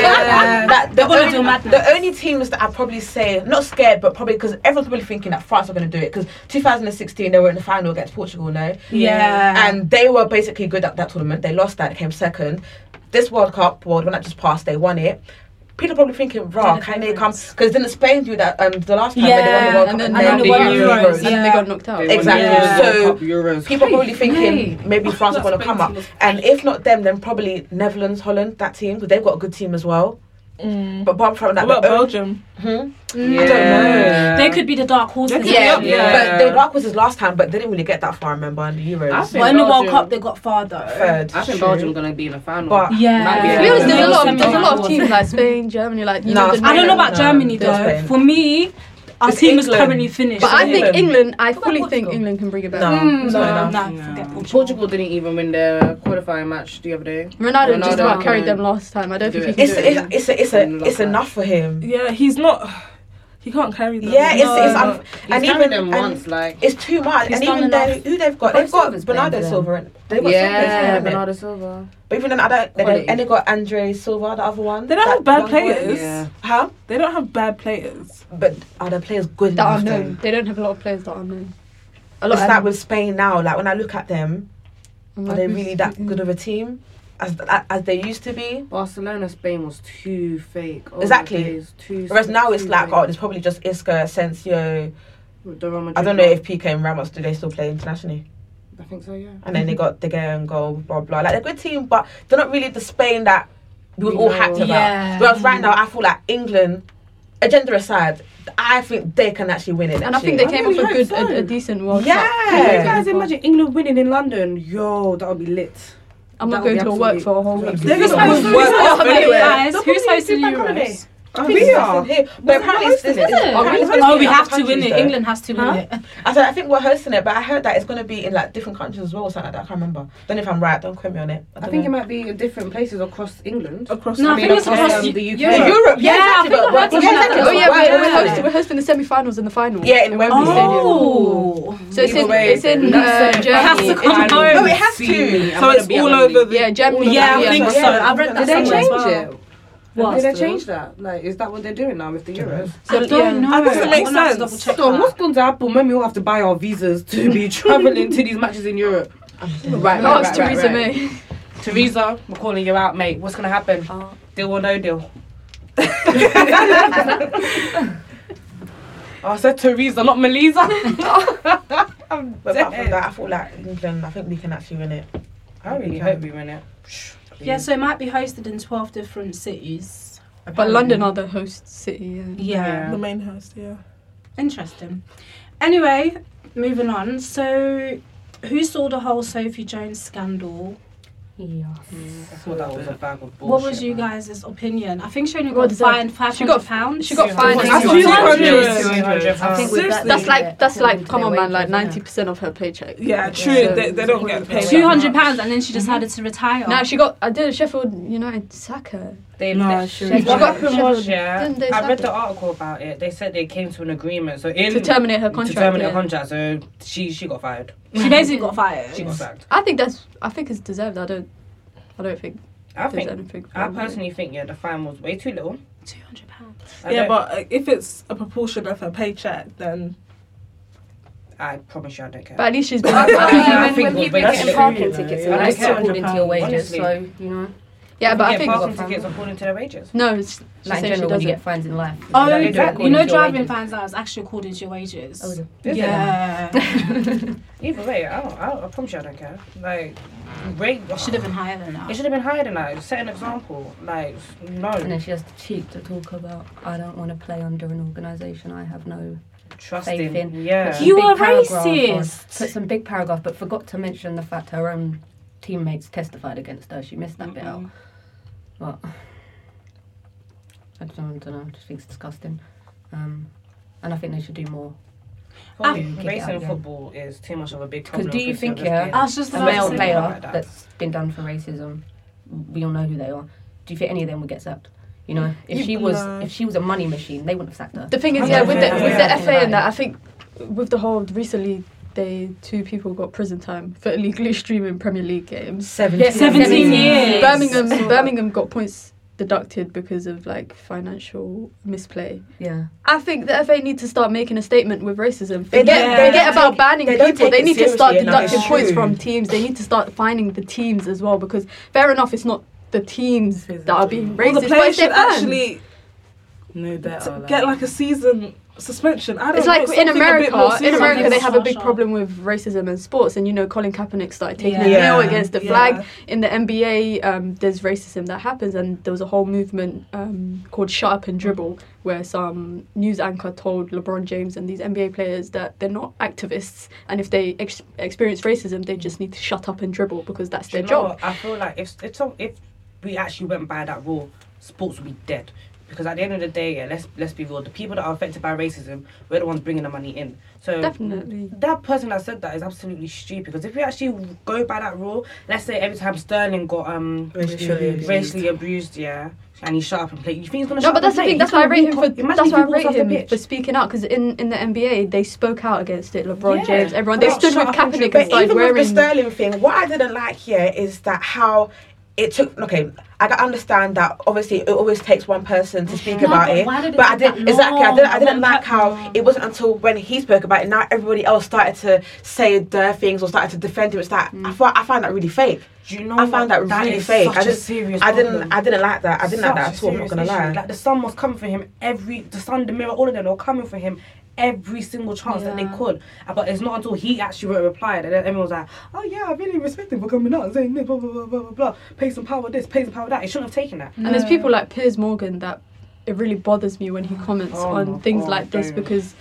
Yeah. That the, They're gonna do only, the only teams that I probably say not scared, but probably because everyone's probably thinking that France are going to do it because 2016 they were in the final against Portugal, no? Yeah. and they were basically good at that tournament. They lost that, came second. This World Cup, World when that just passed, they won it. People are probably thinking, "Raw, can they come?" Because didn't Spain do that um, the last time when they won the Yeah, and World Cup then, and then they won Euros, and then they got knocked out. Exactly. So people are probably Hey. thinking maybe France are going to come up, and if not them, then probably Netherlands, Holland, that team because they've got a good team as well. Mm. But apart from that, What about the only- Belgium? Hmm? Yeah. Don't know. They could be the dark Yeah, horses. yeah. yeah. but the dark horses last time, but they didn't really get that far. I remember in the Euros. But in the World Cup, they got far though. Third. I think True. Belgium are going to be in the final. But- Yeah. Might be To To be honest, there's a lot of semi- there's a lot of teams like Spain, Germany, like you No, know. the- I don't know about No, Germany the- though. For me, our It's team is England. currently finished. Mm, But I think England. I fully think England can bring it back. No, no, no, Portugal. didn't even win their qualifying match the other day. Ronaldo just about carried them last. last time. I don't Do think it. he can It's- do it. it's- again. It's a, it's a, it's enough for him. Yeah, he's not. He can't carry them. Yeah, it's, it's No. un- and even and it's too much. He's and done even they, enough. who they've got, But they've got Silva's playing Bernardo for them. Silva. And they've got Yeah, Silva, Bernardo Silva. But even then, I don't. They Quality. don't and they got Andre Silva, the other one. They don't that have bad young boy. players. Huh? They don't have bad players. But are the Oh, players good that are enough? known. They don't have a lot of players that are known. A lot. It's like with Spain now. Like when I look at them, I'm are like, they who's- really that good of a team as as they used to be? Barcelona, Spain was too fake. Oh, exactly. days, Too Whereas now it's too like, fake. oh, there's probably just Isco, Asensio. The Real Madrid I don't know one. if PK and Ramos do they still play internationally. I think so, yeah. And then they got De Gea and goal, blah blah. Like they're a good team, but they're not really the Spain that we were We all know. hacked about. Yeah. Whereas right now, I feel like England, agenda aside, I think they can actually win it. And next I think year. they came I really up with a hope good- a- so. a decent World Yeah. Cup. Can you guys imagine England winning in London? Yo, that would be lit. I'm That not would be going to work absolute- for a whole week. They're just supposed to work off anyway. They're Who's probably hosting doing Euros? holiday. I think we are. But apparently, it's, it's, it's, apparently it's Oh, we in have other to win countries, it. though. England has to win Huh? it. I said I think we're hosting it, but I heard that it's going to be in like different countries as well, or something like that. I can't remember. Don't know if I'm right. Don't quote me on it. I think it might be in different places across England. Across, No, I think it's across um, Eu- the UK. Europe. Europe, Yeah, yeah, I exactly, think but I heard we're- something yeah, like exactly, that. Oh yeah, we're, but we're we're, hosting, hosting we're hosting the semi-finals and the final. Yeah, in Wembley Oh. Stadium. So it's in, it's in uh, Germany. Oh, No, it has to. So it's all over the yeah Germany. Yeah, I think so. I've read that somewhere as well. What? Did they change that? Like, is that what they're doing now with the Euros? So, I don't yeah. know. I think it I makes wanna have to double sense. check So, that. what's going to happen when we all have to buy our visas to be travelling to these matches in Europe? Right, Oh, it's Theresa May. Theresa, we're calling you out, mate. What's going to happen? Uh. Deal or no deal? I said Theresa, not Melisa. But apart from that, I thought like England. I think we can actually win it. I really hope we win it. Yeah, so it might be hosted in 12 different cities. But Um, London are the host city. Yeah. The main host, yeah. Interesting. Anyway, moving on. So, who saw the whole Sophie Jones scandal? Yeah. I thought that was a bag of bullshit. What was you guys' opinion? I think she only What got is that? fined five She got hundred pounds. She got fined. I think with that, that's like that's like come on man, like ninety percent of her paycheck. Yeah, true. They, they don't get paid. Two hundred pounds, and then she decided to retire. Now she got. I did Sheffield United sack her. They No, no, she she was- what happened Sheffield- was yeah. didn't they I sack read the her? article about it. They said they came to an agreement. So in To terminate her to contract, terminate yeah. her contract. So she she got fired. She basically got fired. uh, She got sacked. I think that's. I think it's deserved. I don't. I don't think. I there's think. anything I wrong with it. personally think yeah, the fine was way too little. Two hundred pounds. Yeah, but uh, if it's a proportion of her paycheck, then I promise you, I don't care. But at least she's been. I I think think even it was way when people too are getting little. parking tickets and I that, don't it's care. according to your wages, so, Honestly. you know. Yeah, but I You get think- parking tickets according to their wages. No, it's Like she in general, when you doesn't. get fines in life. Oh, Like, exactly. You according know, to your driving wages. fines now is actually according to your wages. Oh, is it? Is it? yeah. Either way, I, don't, I, I promise you, I don't care. Like, rate should have been higher than that. It should have been higher than that. Set an example. Like, no. And then she has the cheek to talk about, I don't want to play under an organisation I have no Trust faith in, in. yeah. Put some You big are paragraph on- racist. Put some big paragraph, but forgot to mention the fact her own teammates testified against her. She missed that bit out. But I don't, know. I just think it's disgusting. Um, and I think they should do more. Ah, to kick it race out in again. football is too much of a big Because problem. do you for think service yeah, game. a male player Like that. that's been done for racism, we all know who they are. Do you think any of them would get sacked? You know, if You she was know. if she was a money machine, they wouldn't have sacked her. The thing is, yeah, with the with the FA and that, I think with the whole recently, they two people got prison time for illegally streaming Premier League games. 17. Yeah, 17 years. Birmingham, I saw that. Birmingham got points deducted because of like financial misplay. Yeah. I think the FA need to start making a statement with racism. They Forget, don't- they forget don't about take- banning they don't people. take They it need to start seriously enough. deducting It's points true. from teams. They need to start finding the teams as well because fair enough, it's not the teams that are being Well, racist. the but players it's their should fans. actually No better. t- get like a season suspension. I don't It's know, like in something a bit more America. In serious. America, they have a big problem with racism in sports, and you know, Colin Kaepernick started taking a Yeah. kneel against the Yeah. flag in the NBA. Um, there's racism that happens, and there was a whole movement um, called "Shut Up and Dribble," where some news anchor told LeBron James and these NBA players that they're not activists, and if they ex- experience racism, they just need to shut up and dribble because that's Do their you know job. what? I feel like if if, some, if we actually went by that rule, sports would be dead. Because at the end of the day, yeah, let's let's be real. The people that are affected by racism, we're the ones bringing the money in. So Definitely. that person that said that is absolutely stupid. Because if we actually go by that rule, let's say every time Sterling got um Racially abused. racially abused, yeah, and he shut up and played. You think he's gonna No, shut but up and that's the play? thing. That's He's why I gonna rate him walk for. off- Imagine That's if why I he walks rate off the him pitch. for speaking out because in in the NBA they spoke out against it. LeBron Yeah. James, everyone. They But stood with shut up and Kaepernick dribble. and started even wearing. with the Sterling thing, what I didn't like here is that how it took. Okay, I can understand that. Obviously, it always takes one person to speak No, about but it. why did it but I take that didn't exactly. I long? didn't. I When didn't like how it wasn't until when he spoke about it. Now everybody else started to say their things or started to defend him. It's like Mm. I thought. I find that really fake. Do you know? I found that, That really is fake. such I a didn't. serious I didn't. problem. I didn't like that. I didn't like that Such at a all. I'm not serious gonna issue. lie. Like the sun was coming for him every, the sun, the mirror, all of them they were coming for him every single chance that they could. Uh, But it's not until he actually wrote a reply that then everyone was like, oh yeah, I really respect him for coming out and saying this, blah blah blah blah blah blah. Pay some power this, pay some power that. It shouldn't have taken that. And there's people like Piers Morgan that it really bothers me when he comments Oh my on things God, like this don't. because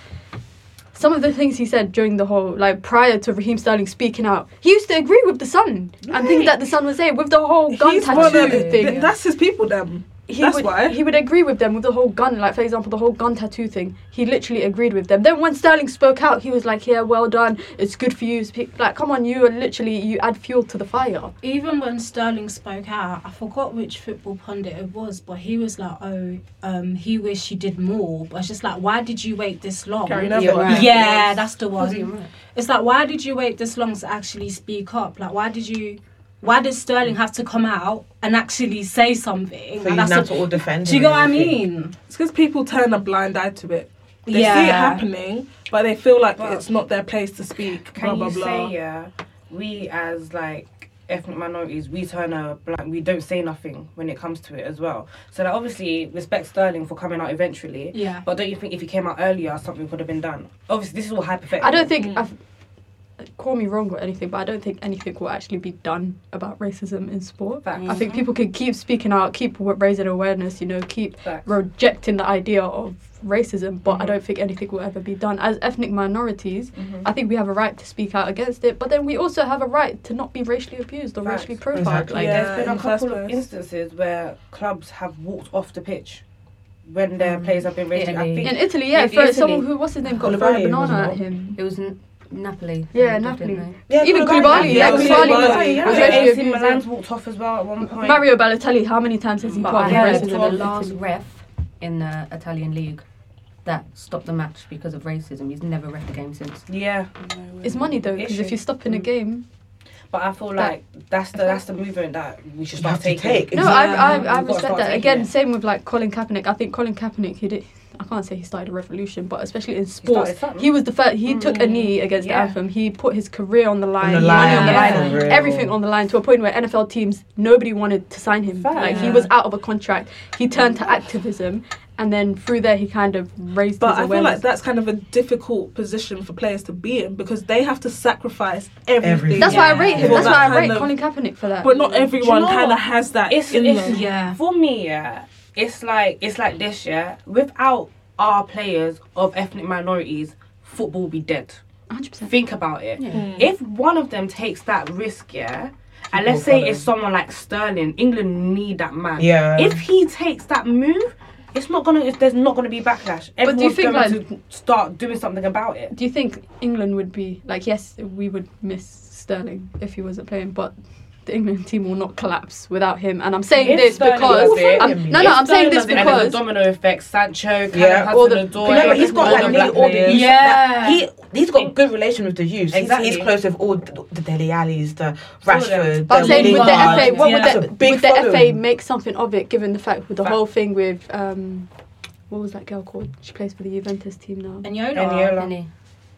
some of the things he said during the whole like prior to Raheem Sterling speaking out, he used to agree with the Sun and things that the Sun was saying with the whole gun He's one of tattoo them. thing. Th- that's his people, them. he that's would, why. he would agree with them with the whole gun, like for example, the whole gun tattoo thing. He literally agreed with them. Then when Sterling spoke out, he was like, "Yeah, well done. It's good for you." Spe- Like, come on, you are literally you add fuel to the fire. even when Sterling spoke out, I forgot which football pundit it was, but he was like, "Oh, um, he wished he did more." But it's just like, why did you wait this long? Gary Neville. Yeah, Yeah, right. Yes. that's the Was he one. right? It's like, why did you wait this long to actually speak up? Like, why did you? Why did Sterling have to come out and actually say something? For And you that's now the- to all defend Do you him know and what I everything. mean? It's because people turn a blind eye to it. They see it Yeah. happening, but they feel like it's not their place to speak. Can blah you blah blah. say yeah? We as like ethnic minorities, we turn a blank. We don't say nothing when it comes to it as well. So that obviously respect Sterling for coming out eventually. Yeah. But don't you think if he came out earlier, something could have been done? Obviously, this is all hypothetical. I don't think I've call me wrong or anything, but I don't think anything will actually be done about racism in sport. I think people can keep speaking out, keep wa- raising awareness, you know, keep rejecting the idea of racism, but I don't think anything will ever be done. As ethnic minorities, I think we have a right to speak out against it, but then we also have a right to not be racially abused or racially profiled. Like there's been a couple of instances where clubs have walked off the pitch when their Mm. players have been racially. I think in Italy, yeah, for someone who what's his name got thrown a Koulibaly, wasn't banana it? at him. It was Napoli. Yeah, Napoli. Yeah, Even Koulibaly, yeah, Koulibaly was- was racially AC abused. Milan's walked off as well at one point. Mario Balotelli, how many times has he But I caught heard racism? the in last Italy? ref in the Italian league that stopped the match because of racism. He's never ref a game since. Yeah. It's money though, because if Issue. you're stopping a game. But I feel like that's the that's the movement that we should start taking. No, I, I, I um, We've got to respect start that. taking Again, it. same with like Colin Kaepernick. I think Colin Kaepernick, he did. I can't say he started a revolution, but especially in sports, something. Mm. he, was the first. He took a knee against Yeah. the anthem. He put his career on the line, the money line, on the yeah. line, For real. everything on the line to a point where NFL teams nobody wanted to sign him. Like he was out of a contract. He turned to activism, and then through there he kind of raised But his I feel awareness. like that's kind of a difficult position for players to be in because they have to sacrifice everything. that's why I rate him. for That's that why I kind rate of- Colin Kaepernick for that. But not everyone Do you know kind of what? has that It's, in it's them. yeah. For me, yeah, it's like it's like this, yeah. Without our players of ethnic minorities, football will be dead. 100%. Think about it. Yeah. Mm. If one of them takes that risk, yeah. And let's Football say it's someone like Sterling. England need that man. Yeah. If he takes that move, it's not gonna. If there's not gonna be backlash. But do you Everyone's think, going like- to start doing something about it? Do you think England would be like? Yes, we would miss Sterling if he wasn't playing, but the England team will not collapse without him. And I'm saying If this Sterling because does it- I'm, no, no, if I'm saying Sterling this does it and there's a because domino effect. Sancho, Yeah, yeah, all the- Hudson-Odoi, Remember, he's got all the like black nearly all the players. youth. That- he he's got good relation with the youth. He's, Exactly. he's close with all the, the Deli Allies, the of them. Rashford. But I'm the saying would the Lingard. FA, what That's a would the, big would the FA following. make something of it, given the fact with the whole thing with um, what was that girl called? She plays for the Juventus team now. Anyola. Aniola. Annie.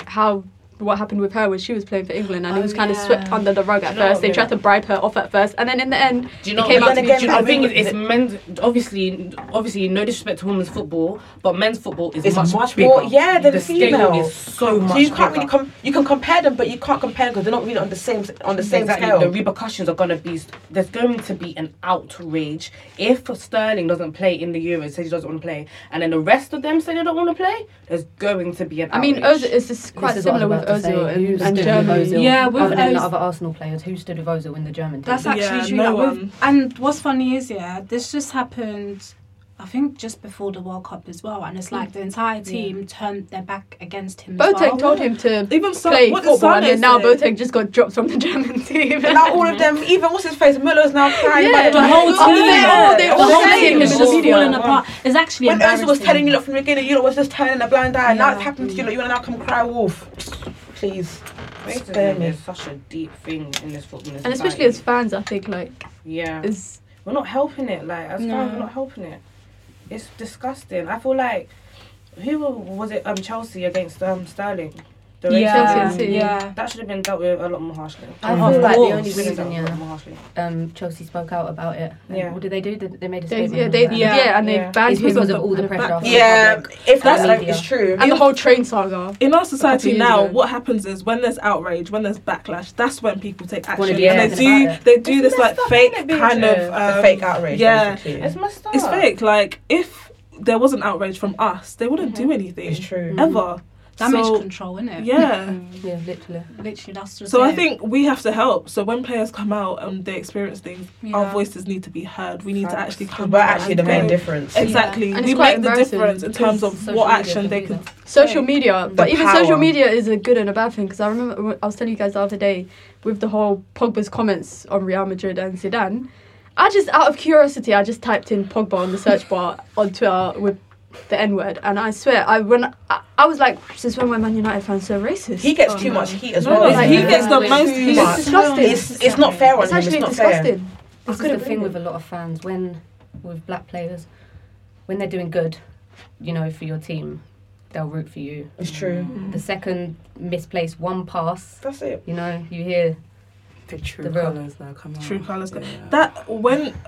How what happened with her was she was playing for England and it Oh, was kind of yeah. swept under the rug at Do you know first. They what, tried to bribe her off at first, and then in the end, Do you know? it came out But to then be again, true. I think it's men's. Obviously, obviously, no disrespect to women's football, but men's football is It's much, much bigger. more- yeah, than the female. scale is so much. So you can't really bigger. com- you can compare them, but you can't compare because they're not really on the same on the same exactly. scale. The repercussions are gonna be. There's going to be an outrage if Sterling doesn't play in the Euros, says he doesn't want to play, and then the rest of them say they don't want to play. There's going to be an. I mean, outrage. Ozil it's just quite is what I was similar with about to say. Ozil Who and, and stood Germany. with Ozil Yeah, with other than the Oz- other Arsenal players, who stood with Ozil in the German team? That's actually true. like, with- and what's funny is, yeah, this just happened. I think just before the World Cup as well, and it's like the entire team turned their back against him. as Boateng well. told him to Even Son- play what did football, Sané and then now say? Boateng just got dropped from the German team. And now all of them, even what's his face, Muller's now crying. Yeah, about the whole Oh, team. yeah, Oh, they- the whole team is Oh, just falling apart. It's actually when Ursula was embarrassing. telling you lot from the beginning, you lot was just turning a blind eye. Now it's happened to you lot. You want to now come cry wolf? Please, spare Racism me. is such a deep thing in this football. And especially as fans, I think like yeah, is we're not helping it. Like as No. far as we're not helping it, it's disgusting. I feel like who was it? Um, Chelsea against um Sterling. The Yeah, racism. Chelsea, yeah. That should have been dealt with a lot more harshly. I feel like Oh, the only Should have been reason, dealt with a lot yeah, more harshly. um, Chelsea spoke out about it. And Yeah. What did they do? They, they made a They- statement. yeah, they- about it. yeah, Yeah. and they banned It's him because on of all the the pressure. back. off the Yeah, public if and the that's media. it's true. And the whole train saga. In our couple society years now, ago. what happens is when there's outrage, when there's backlash, that's when people take Wanna action. do and they something do about it. they do this It's like messed up, fake isn't it, kind Beatrice? of The uh, um, fake outrage, Yeah, basically. It's messed It's up. fake. Like if there was an outrage from us, they wouldn't do anything. It's true. Ever. Damage So- Mm-hmm. control, isn't it? Yeah. Yeah, literally. Literally, that's just So I it. think we have to help. So when players come out and they experience things, our Yeah. voices need to be heard. We need to Facts. actually 'Cause come. we're out actually and the main go- difference. Exactly. And We it's quite make the embarrassing difference in terms of because what social media action can they do could. social media but even social power. media is a good and a bad thing because i remember i was telling you guys the other day with the whole pogba's comments on real madrid and Zidane. i just out of curiosity i just typed in pogba on the search bar on twitter with the n word and i swear i when I, I was like since when were man united fans so racist He gets too much heat as Oh, No, well. like, he yeah. gets the It's most too heat. much. It's disgusting. It's, it's not fair on It's him. actually it's not disgusting. Fair. This is the thing with a lot of fans when with black players, when they're doing good, you know, for your team, they'll root for you. It's true. The second misplaced one pass, that's it. You know, you hear the true colours now come True Oh, colours. That when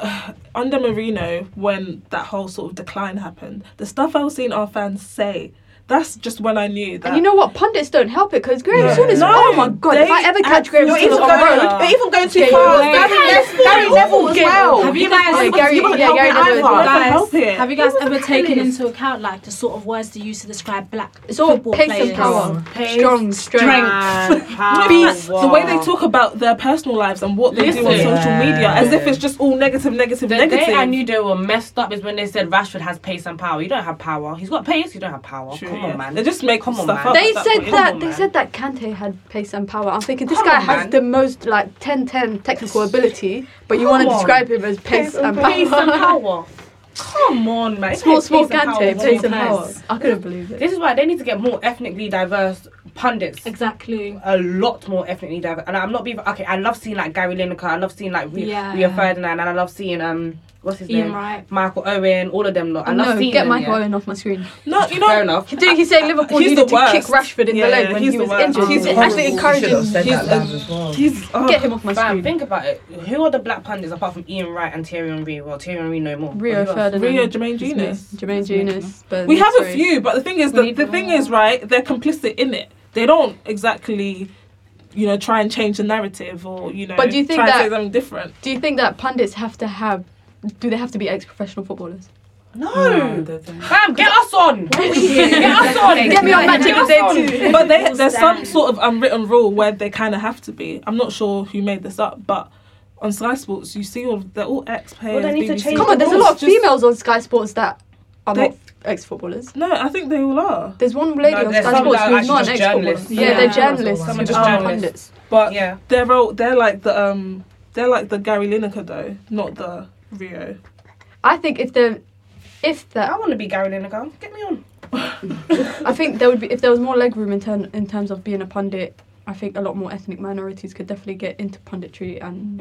under Marino, when that whole sort of decline happened, the stuff I was seeing our fans say, that's just when I knew that. and you know what pundits don't help it because graham Yeah. soon is No, oh my god if i they ever catch graham absolutely- Souness You're on the even going- road you're even going too Gary far. Neville- Gary Neville- Gary Neville as well. Have you He wasn't- guys? he Gary- wasn't yeah, Gary helping Neville as well. either. Guys, Help it. Have you He guys wasn't ever taken helping. into account like the sort of words they use to describe black It's all football pace and players? power. Strong, strength. No, Beast. but The way they talk about their personal lives and what they do on Listen. social media, as if it's just all negative, negative, The negative. day I knew they were messed up is when they said Rashford has pace and power. You don't have power. He's got pace. You don't have power. Come yeah. on, man. They just make Come on, stuff man. up. They at that said point. that they said that Kante had pace and power. I'm thinking this Come guy on, has man. the most like 10-10 technical ability, but you Come want to on. describe him as pace, and power. Pace and power. Come on, man. Small, Pace small and power Kante, one pace more and time. power. I couldn't believe it. This is why they need to get more ethnically diverse pundits. Exactly. A lot more ethnically diverse. And I'm not being okay. I love seeing like Gary Lineker. I love seeing like Rhea, Yeah. Rhea Ferdinand, and I love seeing um what's his Ian name, Wright. Michael Owen, all of them. Lot. I love no, seeing get them, Michael yeah. Owen off my screen. No, you know, Fair enough. He, did, he said Liverpool He's needed the to kick worst. Rashford in Yeah, the leg when he's he the was worst. injured. He's He's actually horrible. encouraging. You Oh, should have said that loud as well. Ugh. get him off my Fam, screen. Think about it. Who are the black pundits apart from Ian Wright and Thierry Henry? Well, Thierry Henry no more. Rio But who else? Ferdinand. Rio, Jermaine Genius. Jermaine Genius. but- we have sorry. a few, but the thing is, We the, need the thing is, right? They're complicit in it. They don't exactly, you know, try and change the narrative or you know, But do you think try that- and say something different. Do you think that pundits have to have? Do they have to be ex-professional footballers? No. Fam, get us on. get us on. Get me on Magic Get Day us on. too. But they, there's some sort of unwritten rule where they kind of have to be. I'm not sure who made this up, but on Sky Sports, you see all they're all ex players. they need to change Come on, there's a lot of Just- females on Sky Sports that are They- not ex-footballers. No, I think they all are. There's one lady No, on there's Sky some Sports that are who's not an actually just ex-footballer. journalists. Yeah, Yeah. they're journalists. Some Some are just pundits. journalists. But yeah, they're all they're like the um they're like the Gary Lineker though, not the Rio. I think if the if that I want to be Gary Lineker. Get me on. I think there would be if there was more leg room in, turn, in terms of being a pundit. I think a lot more ethnic minorities could definitely get into punditry and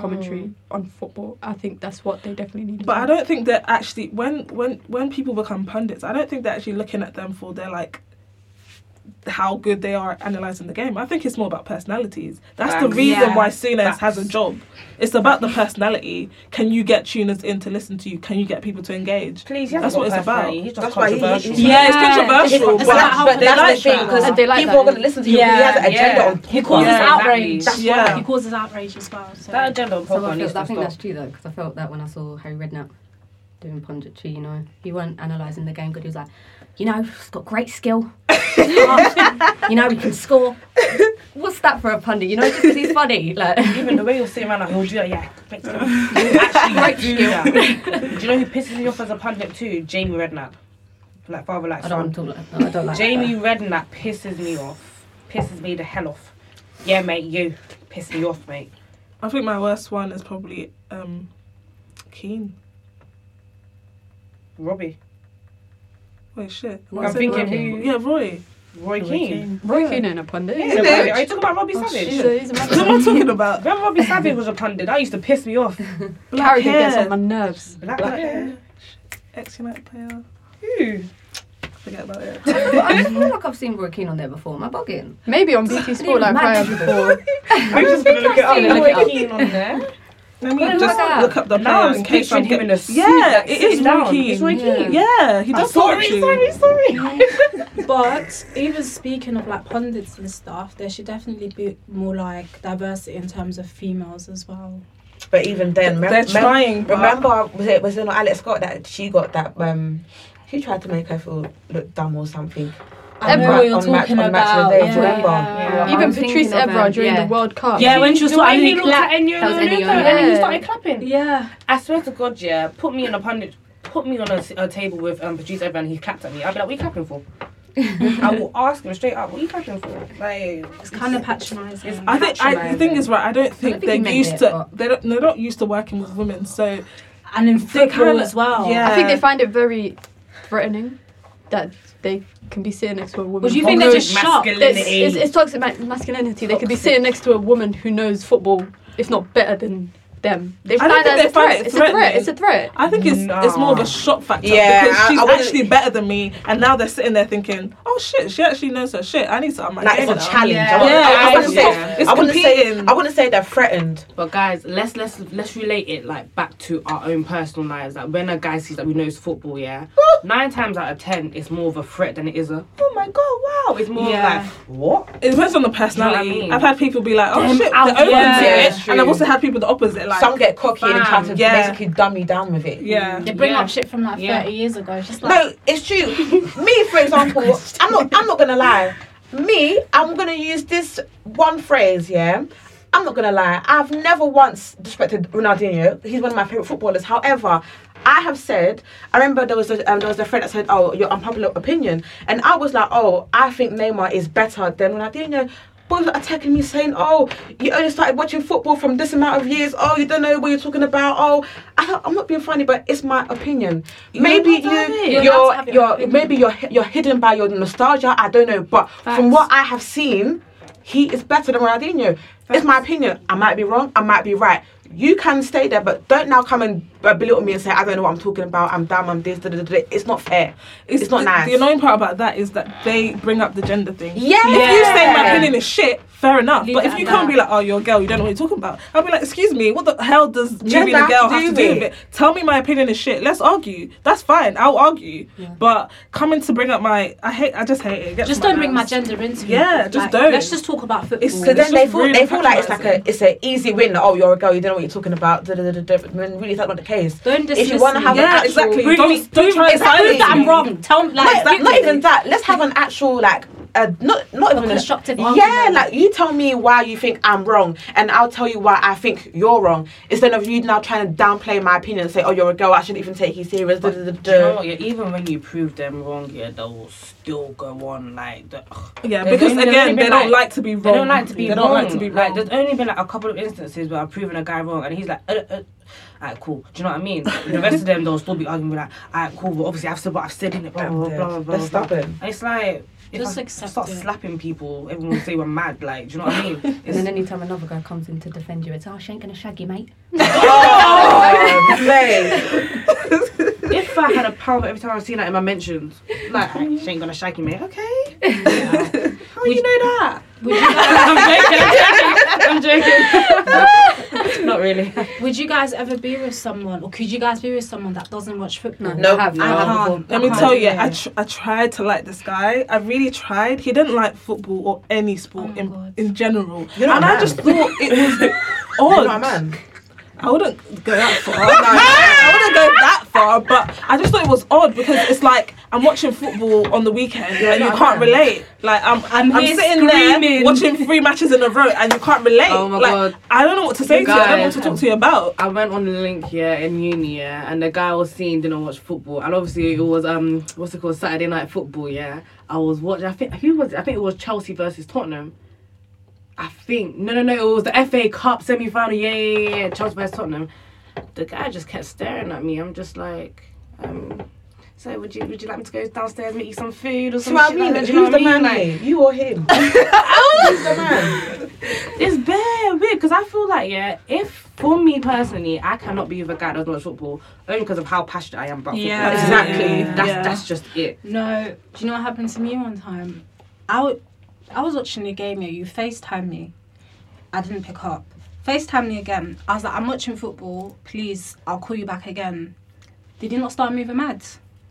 commentary on football. I think that's what they definitely need. as Mm-hmm. But I well. don't think they're actually when when when people become pundits, I don't think they're actually looking at them for their like how good they are at analysing the game. I think it's more about personalities. That's the Facts. reason Yeah. why Sunes has a job. It's about the personality. Can you get tuners in to listen to you? Can you get people to engage? Please, he hasn't that's what got it's about. personality, he's just That's why he- controversial. yeah, it's Yeah. controversial. It's but about how but they that's the like thing, that. 'cause They like people are that. gonna listen to him because he has an Yeah. agenda on He causes Yeah, exactly. outrage. That's Yeah. why. He causes outrage as well. So. That agenda on So Pogba I, needs feel, to I think stop. that's true though, because I felt that when I saw Harry Redknapp doing punditry, you know. He weren't analysing the game good. He was like, you know, he's got great skill. you know, he can score. What's that for a pundit? You know, just 'cause he's funny. Like, Even the way you're sitting around, like, he'll do that, yeah. Makes sense. He'll actually do that. Do you know who pisses me off as a pundit too? Jamie Redknapp. Like, father, like, I son. don't want to talk like no, I don't like Jamie Redknapp pisses me off. Pisses me the hell off. Yeah, mate, you. Piss me off, mate. I think my worst one is probably um, Keen. Robbie. Wait, shit. I'm I said thinking Robbie. who- Yeah, Roy. Roy Keane. Roy Keane ain't a pundit. Yeah, is no, he? wait, are you talking about Robbie Oh, Savage? shit, he's What a mad am I pundit. talking about? Remember Robbie Savage was a pundit? That used to piss me off. Character gets hair. on my nerves. Black, hair. Ex United player. Ew. Forget about it. I feel like I've seen Roy Keane on there before. Am I bugging? Maybe on BT Sport like prior before. I'm just gonna look it up. I've Roy seen Roy Keane on there. Let Well, me just look up. look up the Now player I'm in case picturing I'm him getting in a suit, Yeah, like, it sitting is Roy down. Keane. It's Roy Keane. Yeah, I'm he does sorry, poetry. sorry, sorry. but even speaking of like pundits and stuff, there should definitely be more like diversity in terms of females as well. But even then, They're trying, but- Remember, was it was it not Alex Scott that she got that? Um, she tried to make her feel look dumb or something. I know Ma- what you're talking on Match of about, the Day, yeah. do you remember? Yeah. Even Patrice Evra during the World Cup. Yeah, when she was The like, way he he looked looked at at Enyo Enyo Enyo, Enyo, and then he yeah. started clapping. Yeah. I swear to God, yeah. Put me on a pundit, put me on a, s- a table with um, producer Evan, he clapped at me. I'd be like, what are you clapping for? I will ask him straight up, what are you clapping for? Like, it's kind of patronising. I think I, the thing is right. I don't think think he they're meant used it, to. They don't, they're not used to working with women, so and in football as well. Yeah, I think they find it very threatening that they can be sitting next to a woman. Well, do you who think they're knows- just shocked? It's, Masculinity. it's, it's toxic ma- masculinity. They could be sitting next to a woman who knows football, if not better than them. They I find don't think that as they a threat. find it It's a threat. threatening. It's a threat. I think it's it's more of a shock factor Yeah, because I- she's I wouldn't- actually better than me, and now they're sitting there thinking, "Oh shit, she actually knows her shit. I need to up my Like game it's a now." challenge. Yeah, I wouldn't, I, it's wouldn't a- say, it's I wouldn't say competing. I wouldn't say they're threatened. But guys, let's let's let's relate it like back to our own personal lives. Like when a guy sees that we knows football, yeah, nine times out of ten, it's more of a threat than it is a. Oh my god! Wow! It's more Yeah. like what? It depends on the personality. Do you know what I mean? I've had people be like, "Oh Damn shit," out they're open there. to Yeah, it, it's and I've true. also had people the opposite. Like Some get cocky and try to fam, yeah. basically dummy down with it. Yeah. They bring up shit from like 30 years ago. It's just like No, it's true. me, for example, I'm not. I'm not gonna lie. Me, I'm gonna use this one phrase. Yeah, I'm not gonna lie. I've never once disrespected Ronaldinho. He's one of my favorite footballers. However. I have said. I remember there was a, um, there was a friend that said, "Oh, your unpopular opinion," and I was like, "Oh, I think Neymar is better than Ronaldinho." Boys were attacking me, saying, "Oh, you only started watching football from this amount of years. Oh, you don't know what you're talking about. Oh, I, don't- I'm not being funny, but it's my opinion. Maybe allowed to you, have it. you're, You're allowed to you're, have your opinion. maybe you're hi- you're hidden by your nostalgia. I don't know, but from Facts. what I have seen, he is better than Ronaldinho. It's my opinion. I might be wrong. I might be right. You can stay there, but don't now come and uh, belittle me and say I don't know what I'm talking about. I'm dumb. I'm this. Da, da, da, da." It's not fair. It's, not the, nice. The annoying part about that is that they bring up the gender thing. Yeah. If you say my Yeah. opinion is shit, fair enough. Leave but it if at you can't that. be like, oh, you're a girl, you don't know what you're talking about. I'll be like, excuse me, what the hell does Yeah, you being a that girl to have to do do with with it? Tell me my opinion is shit. Let's argue. That's fine. I'll argue. But coming to bring up my, I hate, I just hate it. it gets Just on my don't bring my nerves. gender into it. Yeah, just Like, don't. Let's just talk about football. It's- So then they feel they feel like it's like a it's an easy win. Like, oh, you're a girl. You don't know what you're talking about. Da, da, da, da, da. When really that's not the case. Don't If you dismiss want to me. have an Yeah, actual, exactly. Don't- don't try and silence that I'm me. wrong. Tell me- like, no, not exactly. even that. Let's have an actual like. Uh, not not even a- constructive Yeah, argument. like you tell me why you think I'm wrong, and I'll tell you why I think you're wrong. Instead of you now trying to downplay my opinion and say, "Oh, you're a girl. I shouldn't even take you serious." Da, da, da, Do you know da. what? Yeah, even when you prove them wrong, yeah, they will still go on like. The, ugh. Yeah, There's because only- there's again, only they been, don't like to be They don't wrong. like to be They wrong. don't like to be Like, there's only been like a couple of instances where I've proven a guy wrong, and he's like, uh, uh, alright, cool. Do you know what I mean? the rest of them, they'll still be arguing, be like, alright, cool. But obviously, I've said what I've said in it. Blah blah blah blah. blah, They're blah. stubborn. And it's like. If Just I accept start it. slapping people, everyone will say we're mad. Like, do you know what I mean? And then anytime another guy comes in to defend you, it's, oh, she ain't going to shag you, mate. Oh, if I had a pound for every time I've seen that in my mentions, like "Alright, she ain't gonna shag you, mate. Okay. How you know that? I'm joking. I'm joking. Not really. Would you guys ever be with someone, or could you guys be with someone that doesn't watch football? No, I can't. Let I me can't tell do you, it. I, tr- I tried to like this guy. I really tried. He didn't like football or Oh any sport in, in general. You're not and a I man. just thought it was You're odd. not a man. I wouldn't go that far. No, I wouldn't go that far, but I just thought it was odd because it's like I'm watching football on the weekend Yeah, and you no, I can't know. relate. Like I'm, I'm, here sitting there screaming. watching three matches in a row and you can't relate. Oh my like, God. I don't know what to say to you. I don't know what to talk to you about. I went on the link yeah in uni yeah, and the guy I was seeing didn't watch football, and obviously it was um what's it called Saturday night football yeah. I was watching. I think who was it? I think it was Chelsea versus Tottenham. I think no no no it was the FA Cup semi final yeah yeah yeah, yeah Chelsea versus Tottenham. The guy just kept staring at me. I'm just like um. So would you would you like me to go downstairs and make you some food or Do some you know what I shit mean? like that? Do you know Who's what I the mean? man Like, here? You or him? Who's the man? It's bare weird because I feel like yeah, if for me personally, I cannot be with a guy that doesn't watch football only because of how passionate I am about Yeah. football. Exactly. that's Yeah. that's just it. No, do you know what happened to me one time? I, w- I was watching a game here. You FaceTime me. I didn't pick up. FaceTime me again. I was like, I'm watching football. Please, I'll call you back again. Did he not start moving mad?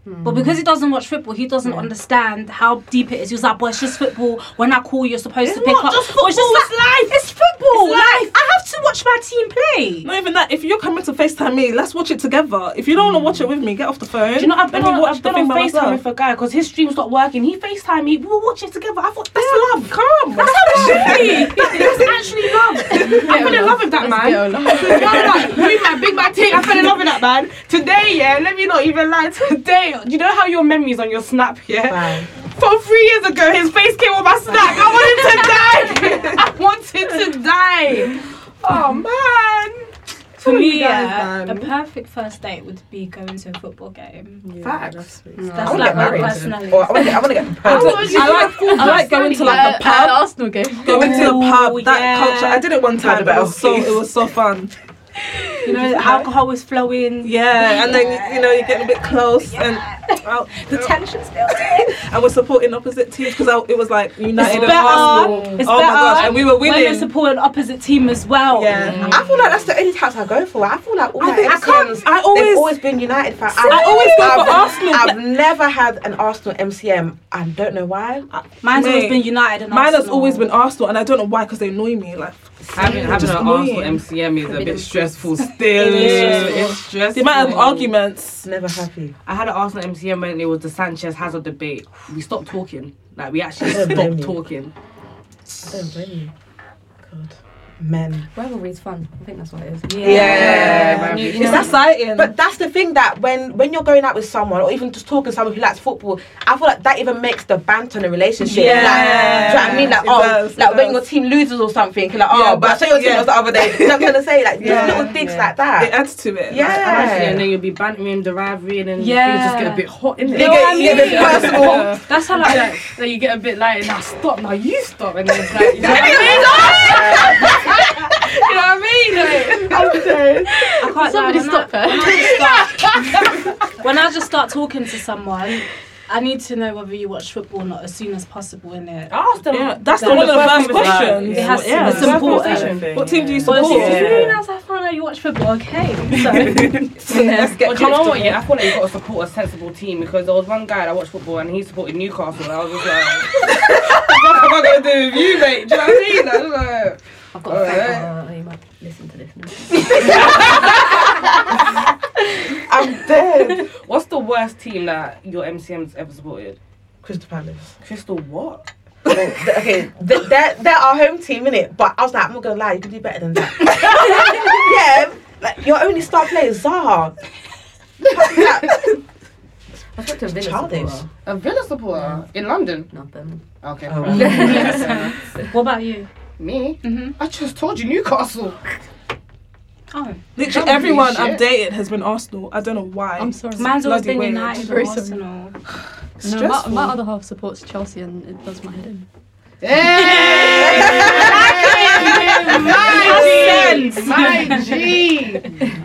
Hmm. But because he doesn't watch football, he doesn't understand how deep it is. He was like, "Boy, it's just football. When I call, you're supposed to pick not up." just Or football, like- It's football. It's life. life. I have to watch my team play. Not even that. If you're coming to FaceTime me, let's watch it together. If you don't want to watch it with me, get off the phone. Do you know, I've been Let me on, watch I've the been thing on by FaceTime myself. with a guy because his stream stopped working. He FaceTime me. We were watching together. I thought, that's love. Come. That's how it should be. That's actually love. I fell in love with that man. get along. No, no, me, my big man thing. I fell in love with that man. Today, yeah, let me not even lie. Today, do you know how your memories on your snap, yeah? From three years ago, his face came on my snap. I wanted to die. I wanted to die. Oh man. For Tell me guys, me, yeah, man. a perfect first date would be going to a football game. Facts. Mm. That's I wanna like get my married. personality. Or I wanna get- I wanna get proposed. I like, I like going to like the pub. Arsenal game. Going to the pub, that yeah. culture. I did it one time, but it was so it was so fun. You know, the alcohol was flowing. Yeah, and then you know you're getting a bit close, and well, the tension's building. and we're supporting opposite teams because it was like It's United better. and Arsenal. It's oh better. my gosh, and we were when winning. supporting opposite team as well. Yeah. I feel like that's the only types I go for. I feel like all I my think I can't- MCMs, I they've always- always been United fans. I always go for Arsenal. I've never had an Arsenal MCM. I don't know why. Mine's always Mate, been United and Mine has Arsenal. always been Arsenal, and I don't know why because they annoy me. Like Having, they're having just an annoying. Arsenal MCM is a bit stressful still. It's stressful. The amount of arguments. Never happy. I had an Arsenal MCM when it was the Sanchez Hazard debate. We stopped talking. Like we actually Don't blame stopped you. talking. Don't blame you. God. Men. Rivalry's fun. I think that's what it is. Yeah, You- it's exciting. But that's the thing that when when you're going out with someone or even just talking to someone who likes football, I feel like that even makes the banter in the relationship. Yeah. Like, do you know what I mean? Like, It oh, does, it like when does. your team loses or something, you're like, oh, Yeah, but, I but- saw your team yeah. was the other day. You know what I'm gonna say? Like, Yeah. yeah. little things like that. It adds to it. Yeah. Honestly, and then you'll be bantering the rivalry and then things just get a bit hot, innit? You get- you get a bit personal. That's how like, like- like, you get a bit like, now stop, now you stop, and then it's like, you know what Let me I mean? You know what I mean? Like, I can't Somebody lie, when stop I, her. When I, start, when I just start talking to someone, I need to know whether you watch football or not as soon as possible. In it, ask them. Yeah, that's the one of the first questions. It has Yeah. it's First important. conversation. What team do you But as soon support? as you Yeah. realise I found out you watch football, okay. So Let's get you know what? Yeah, I feel like you got to support a sensible team because there was one guy that watched football and he supported Newcastle. And I was just like, what the fuck am I gonna do with you, mate? Do you know what I mean? I was like, I've got a Alright. fact. Oh, you might listen to this. Now. I'm dead. What's the worst team that your MCM's ever supported? Crystal Palace. Crystal what? Well, th- okay, th- they're, they're our home team, innit? But I was like, I'm not gonna lie, you can do better than that. yeah, like your only star player is Zaha. I talked to a Villa Childish. supporter. A Villa supporter in London. Not Birmingham. Okay. Oh. fair enough. what about you? Me? I just told you Newcastle. Oh, Literally Don't everyone do shit. I've dated has been Arsenal. I don't know why. I'm sorry. mine's always been United or Very sorry. Arsenal. No, my, Stressful. my other half supports Chelsea and it does my head in. My sense. My G.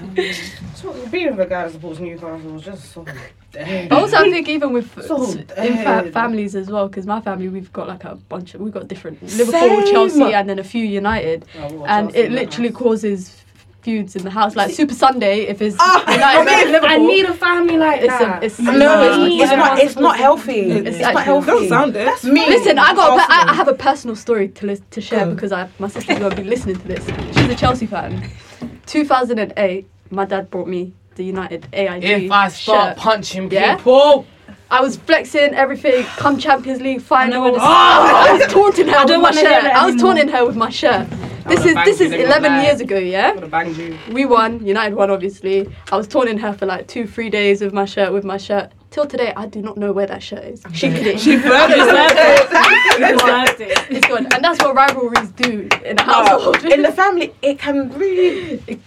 So being with a guy that supports Newcastle was just so dead. Also, I think even with So in fa- dead. families as well, because my family we've got like a bunch of we've got different Liverpool, Chelsea, and then a few United, Oh, well, and Chelsea it in my literally causes feuds in the house. Like Super Sunday, if it's Ah! I United versus need- I Liverpool, need a family like It's a- that. it's- No, it's, it's Yeah. not. It's not healthy. It's It's, actually- not healthy. Don't sound it. That's me. Listen, I got. a pe- I I Arsenal. have a personal story to lis- to share because I my sister's gonna be listening to this. She's a Chelsea fan. 2008, my dad brought me the United AIG. If I start shirt. punching people. I was flexing everything. Come Champions League final. I, this- was- I was taunting her I with don't my wanna hear shirt. it I was anymore. taunting her with my shirt. This would've is banged this you is in your 11 back. years ago, yeah. Banged you. We won. United won, obviously. I was taunting her for like two, three days with my shirt, with my shirt. Till today, I do not know where that shirt is. She dead. did it. She burned it. She Deserved it. It's gone. And that's what rivalries do in a Oh, household. in the family, it can really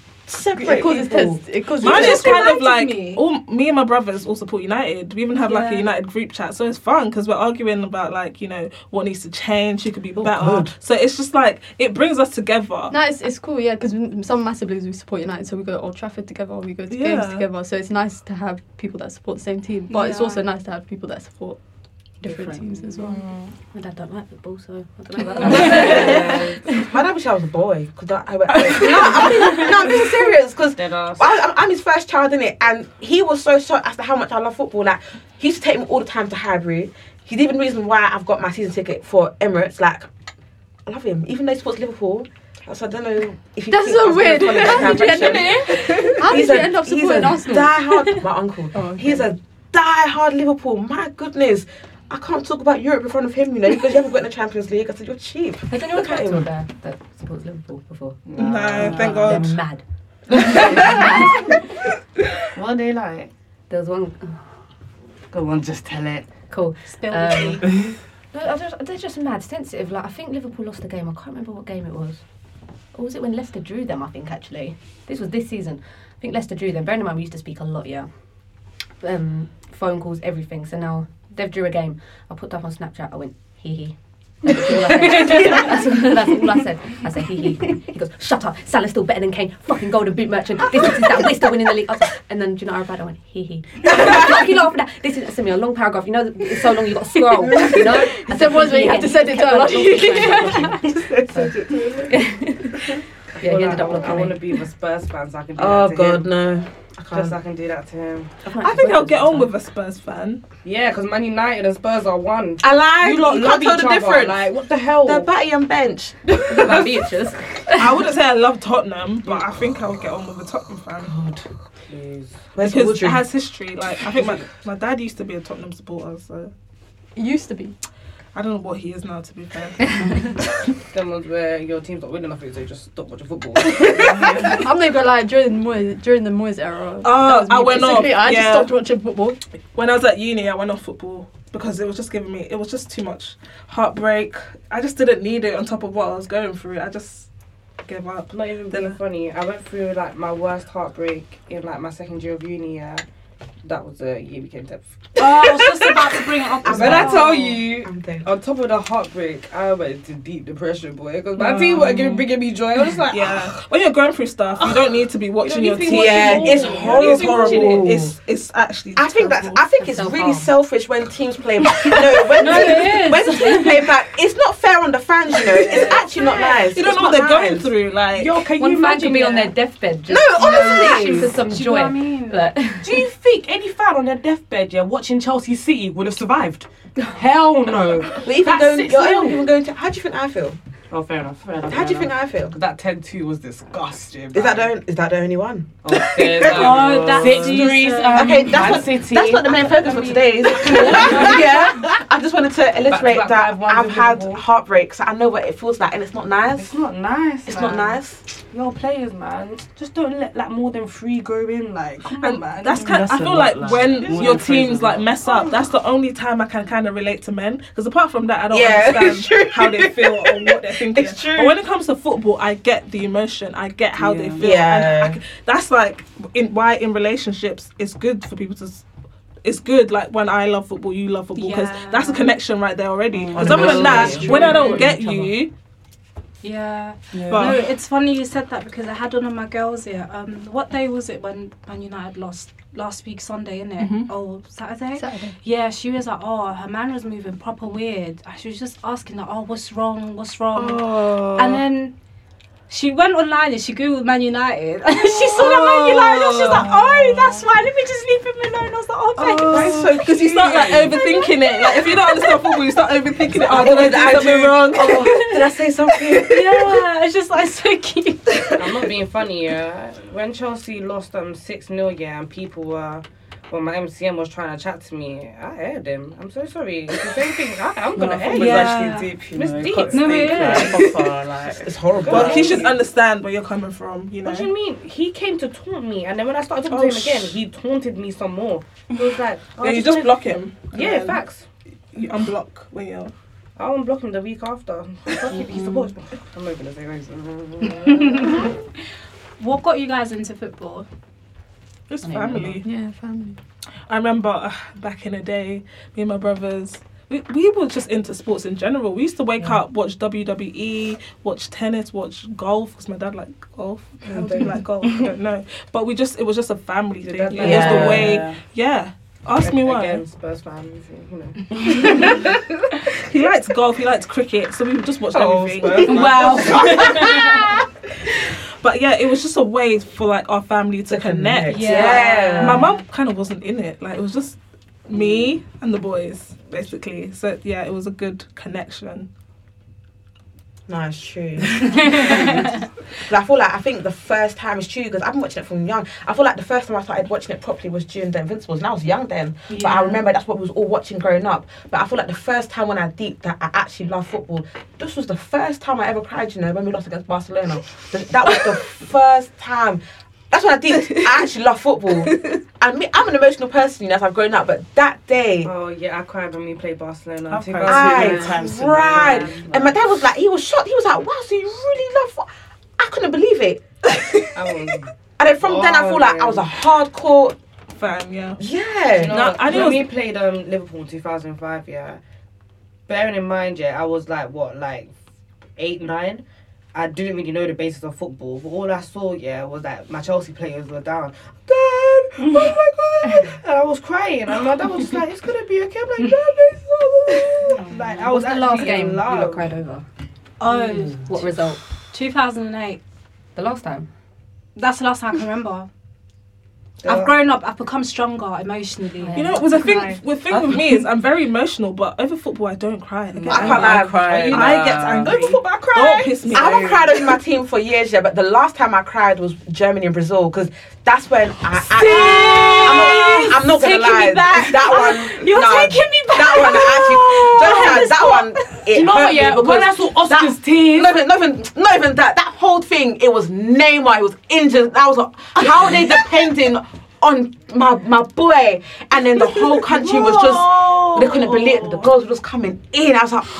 separate. It causes people. tense. It causes Mine tense. is kind of like me. all me and my brothers all support United. We even have like a Yeah. United group chat, so it's fun because we're arguing about like you know what needs to change, who could be better. God. So it's just like it brings us together. No, it's, it's cool, yeah, because some massive leagues we support United, so we go to Old Trafford together, we go to games Yeah. together. So it's nice to have people that support the same team, but it's Yeah. also nice to have people that support different, teams as well. Mm. My dad don't like football, so I don't know about that. My dad wish I was a boy because I went. no, I'm being, no, I'm being serious because I'm, I'm his first child in it, and he was so shocked as to how much I love football. Like he used to take me all the time to Highbury. He's even the reason why I've got my season ticket for Emirates. Like I love him, even though he supports Liverpool. So I don't know if he That's thinks I so was gonna weird. follow that How did you end up direction. here? How did He's you a- end up he's a supporting Arsenal? Oh, Die-hard, my uncle. He's a die-hard Liverpool. My goodness. I can't talk about Europe in front of him, you know, because you haven't got in the Champions League. I said, you're cheap. Has anyone Look at talked to him. a bear that supports Liverpool before? No, thank God. They're mad. What are they like? There was one. Go on, just tell it. Cool. Spill Um, no, I just, they're just mad sensitive. Like I think Liverpool lost a game. I can't remember what game it was. Or was it when Leicester drew them? I think actually, this was this season. I think Leicester drew them. Bearing in mind we used to speak a lot, yeah. Um, phone calls, everything. So now they've drew a game. I put that up on Snapchat. I went hee hee. That's all I said. That's, that's all I said. I said hee hee. He goes, shut up. Salah's still better than Kane. Fucking golden boot merchant. This is that. We're still winning the league. I was like- and then do you know what I replied? I went hee hee. Fucking laugh at that. This is send me a long paragraph. You know, it's so long you got to scroll. You know. I said, There was when you "Yeah." had to send it Kept going, down. Yeah, Well, he I- ended up I looking want at to be with Spurs fans. I can do Oh, that to God, him. no. I Just can't. I can do that to him. I think I'll get on with a Spurs fan. Yeah, because Man United and Spurs are one. I lie. You lot You love can't tell each the other, difference. Like, what the hell? They're batty and bench. I wouldn't say I love Tottenham, but I think I'll get on with a Tottenham fan. Where's Because it Audrey? has history. Like I think my, my dad used to be a Tottenham supporter, so he used to be. I don't know what he is now. To be fair, Them ones where your team's not winning nothing, so you just stop watching football. I'm not gonna lie, during the Moyes, during the Moyes era, that Oh, was me I went off. basically. I just yeah. stopped watching football. When I was at uni, I went off football because it was just giving me. It was just too much heartbreak. I just didn't need it on top of what I was going through. I just gave up. Not even being funny. I went through like my worst heartbreak in like my second year of uni. Yeah, that was the year we came to. Oh, I was just about to bring it up. When I tell you, on top of the heartbreak, I went to deep depression, boy. Because my team weren't giving, bringing me joy. I was just like, Mm. "Ah." yeah. When you're going through stuff, you don't need to be watching need your to be team. watching Yeah, all. it's You don't horrible. need to be watching Horrible. it. It's it's actually. I think that's. I think it's really selfish when teams play back. No, when, No, teams, it is. when teams play back, it's not fair on the fans. You know, it's actually not nice. You don't It's know what they're not going nice. through. Like, Yo, can One you fan imagine could be on yeah. their deathbed. No, honestly. for some Do you joy. know what I mean? Like, Do you think any fan on their deathbed, yeah, watching Chelsea City would have survived? Hell no. But even That's going, six you're nil. only even going to. How do you think I feel? Oh, fair enough. Fair enough. How do fair you think enough. I feel? That 10-2 was disgusting. Is that Um, the only, is that the only one? Oh, there's that one. six threes. Um, okay, that's Man what, City. that's not the main focus for today. is it? yeah, I just wanted to illustrate back that I've had heartbreaks. I know what it feels like, and it's not nice. It's not nice. It's not man. nice. Yo, players, man, just don't let like more than three go in. Like, come on, man. That's kind. I feel like when your teams like mess up, that's the only time I can kind of relate to men. Because apart from that, I don't Yeah, it's understand how they feel or what they're thinking. It's true. But when it comes to football, I get the emotion. I get how they feel. Yeah. And I c that's like in, why in relationships it's good for people to. s- It's good, like when I love football, you love football, because that's a connection right there already. Because other than that, Honestly. when I don't True. get you, Yeah. Yeah. No, But- it's funny you said that because I had one of my girls here. Um, what day was it when Man United lost? Last week Sunday, innit? Mm-hmm. Mhm. Oh, Saturday? Saturday. Yeah, she was like, oh, her man was moving proper weird. She was just asking, like, oh, what's wrong? What's wrong? Oh. And then She went online and she googled Man United, and she saw that Man United, and she's like, "Oh, that's why. Let me just leave him alone." I was like, "Oh, thanks." Because you start like overthinking it. Like if you don't understand football, you start overthinking it. Oh, did I did I do something do? wrong? Oh, did I say something? yeah, it's just like so cute. I'm not being funny, yeah. When Chelsea lost um six 0 yeah, and people were. Well, my MCM was trying to chat to me. I aired him. I'm so sorry. It's the same thing. I, I'm gonna air football's you. actually deep, you It's know, you deep. can't No, it speak, is. like, proper, like- It's horrible. But he should understand where you're coming from, you know. What do you mean? He came to taunt me, and then when I started talking Oh, to him again, sh- he taunted me some more. It was like, oh, yeah, I you just wanted- block him. Yeah, and facts. You unblock when you're. I won't block him the week after. Fuck if Mm-hmm. he supports me. I'm not gonna say racism. what got you guys into football? Just I don't family. Yeah, family. I remember uh, back in the day, me and my brothers, we, we were just into sports in general. We used to wake up, watch WWE, watch tennis, watch golf, because my dad liked golf. How do you like golf? I don't know. But we just, it was just a family thing. dad It like was the golf? way, yeah. Ask me why. Again, Spurs fans, you know. He likes golf, he likes cricket, so we would just watch Oh, Spurs everything. fans. but yeah, it was just a way for like our family to, connect. connect. Yeah. My mum kind of wasn't in it. Like it was just me and the boys, basically. So yeah, it was a good connection. No, it's true. But I feel like I think the first time it's true because I've been watching it from young. I feel like the first time I started watching it properly was during the Invincibles, and I was young then. But I Yeah. remember that's what we was all watching growing up. But I feel like the first time when I deep that I actually loved football, this was the first time I ever cried. You know, when we lost against Barcelona, Th- that was the first time. That's when I deep I actually love football. And me, I'm an emotional person, you know, as I've grown up. But that day, Oh yeah, I cried when we played Barcelona. I Two thousand cried, times. cried. and my dad was like, he was shocked. He was like, "Wow, so you really love?" fo- I couldn't believe it. and then from then, I feel like I was a hardcore fan. Yeah. Yeah. You know, No, I when know- we played um Liverpool in 2005, yeah. Bearing in mind, yeah, I was like what, like eight, nine. I didn't really know the basis of football, but all I saw, yeah, was that my Chelsea players were down. Dad, oh my god! And I was crying, and my dad was just like, "It's gonna be okay." I'm like, "Dad, it's all right." Like, I was What's the last actually in game you love. lot cried over? Oh, Mm. What result? 2008. The last time. That's the last time I can remember. Yeah. I've grown up. I've become stronger emotionally. You know, was the thing Cry. the thing with me is I'm very emotional, but over football I don't cry. I, get I angry. can't lie, I cried. I get angry. Over football, I cried. Don't piss me I haven't off. cried over my team for years yet, but the last time I cried was Germany and Brazil because that's when I. I I'm, not, I'm not gonna Taking me lie. back. Oh, That one. You're no, taking me back. That one I actually. Just that, Oh, that one. It you know hurt what, yeah, me because when I saw Oscar's that, tears. Not even, not even, not even that. That whole thing. It was Neymar. It was injured. That was a- how are they depending. On my my boy, and then the whole country was just they couldn't believe it. The girls were just coming in. I was like,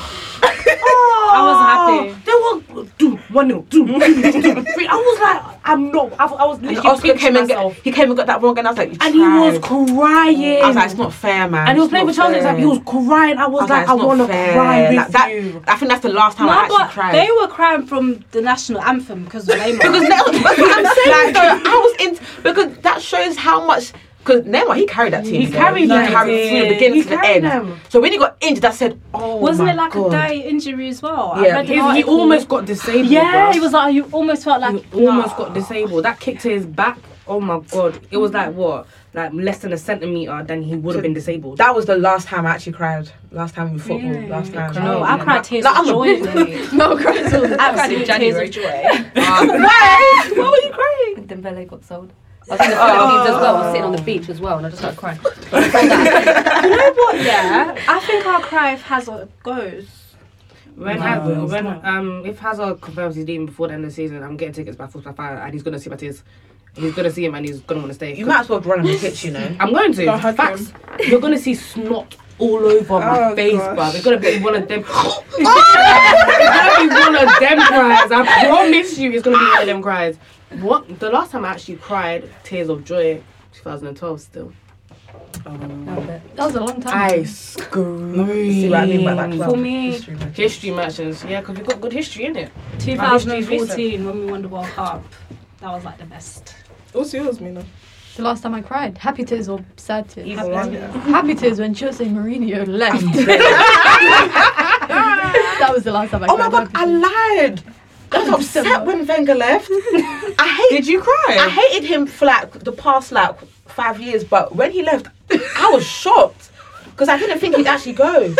Oh. I was happy. They were do one nil, do I was like, I'm not. I, I was And literally Oscar pinching came and myself. get, he came and got that wrong, and I was like, you And he was crying. I was like, it's not fair, man. and he was It's playing not with Charles. fair. Like, he was crying. I was, like, it's I not want to fair. cry with Like, that- I think that's the last time I No, actually but cried. they were crying from the national anthem because of Neymar. because Neymar, that's what I'm saying though. I was in because that shows how much. Because Neymar, he carried that team. He carried He them. carried from the He beginning to the carried end. them. So when he got injured, I said, "Oh Wasn't my it like God. a day injury as well? Yeah. He- he almost got disabled, Yeah, bruh. he was like, you almost felt like almost got disabled. That kick to his back. Oh my god! It was like what, like less than a centimeter. Then he would have been disabled. That was the last time I actually cried. Last time in football. Last time. No, I cried Oh, tears No, of I'm a- joy, mate. No, I cried tears- I cried Absolute tears joy. Why? Why were you crying? Dembele got sold. I was in the Philippines as well. I was sitting on the beach as well, and I just started crying. But yeah, I think I'll cry if Hazard goes. When No, Hazard, it's when um, if Hazard confirms he's leaving before the end of the season, I'm getting tickets by force by fire, and he's gonna see my tears. He's gonna see him, and he's gonna want to stay. You might as well run on the pitch, you know. I'm going to. Don't hug Facts. You're gonna see snot all over my Oh, face, gosh. Oh! bruv. It's gonna be one of them. it's gonna be one of them cries. I promise you, it's gonna be one of them cries. What? The last time I actually cried tears of joy, 2012 still. That was a long time. I screamed. See what I mean by that club? For me, history matches. Yeah, because we've got good history in it. 2014 when we won the World Cup. That was like the best. What's yours, Mina? The last time I cried, happy tears or sad tears? Either one, yeah. Happy tears when Jose Mourinho left. that was the last time I Oh cried. my god, I lied. I was upset when Wenger left. I hate. Did you cry? I hated him for like the past like five years, but when he left, I was shocked because I didn't think he'd actually go.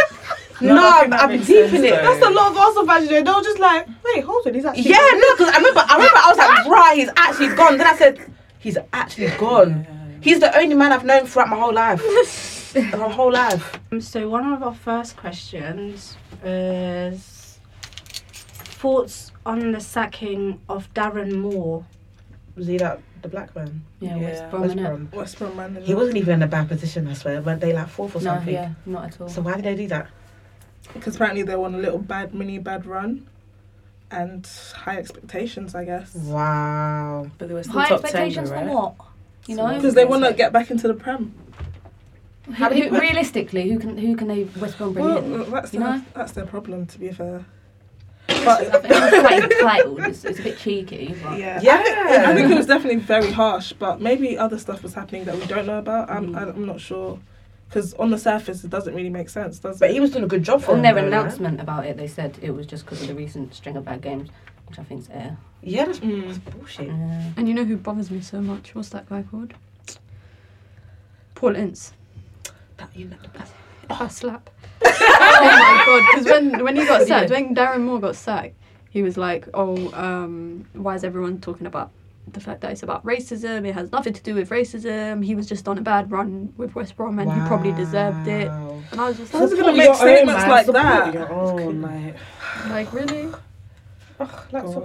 No, I'm, I'm deep in it. That's a lot of Arsenal fans. They were just like, wait, hold on, he's actually. Yeah, no, because I remember, I remember, I was like, right, he's actually gone. Then I said, he's actually gone. He's the only man I've known throughout my whole life. my whole life. Um, So one of our first questions is thoughts on the sacking of Darren Moore. Was he that the black man? Yeah, West West Oh, Brom, innit? Brom. West Brom manager. He wasn't even in a bad position, I swear. Weren't they like fourth or No, something? yeah, not at all. So why did they do that? Because apparently they were on a little bad, mini bad run, and high expectations, I guess. Wow. But they were High expectations for what? You know? because they want to get back into the prem. Who- who- realistically, who can who can they West Brom bring Well, uh, in? that's you their, know, that's their problem, to be fair. I think it's quite entitled. It's, it's a bit cheeky. But Yeah, I think, I think it was definitely very harsh, but maybe other stuff was happening that we don't know about. I'm, Mm. I'm not sure, because on the surface it doesn't really make sense, does it? But he was doing a good job On their announcement about it, they said it was just because of the recent string of bad games, which I think is air. Yeah, that's, that's bullshit. And you know who bothers me so much? What's that guy called? Paul Ince. That you know. A slap. oh my god! Because when when he got sacked, Yeah. when Darren Moore got sacked, he was like, "Oh, um, why is everyone talking about the fact that it's about racism? It has nothing to do with racism. He was just on a bad run with West Brom, and he probably deserved it." And I was just How's like, it gonna make statements like that? Oh my! Like really? like your own.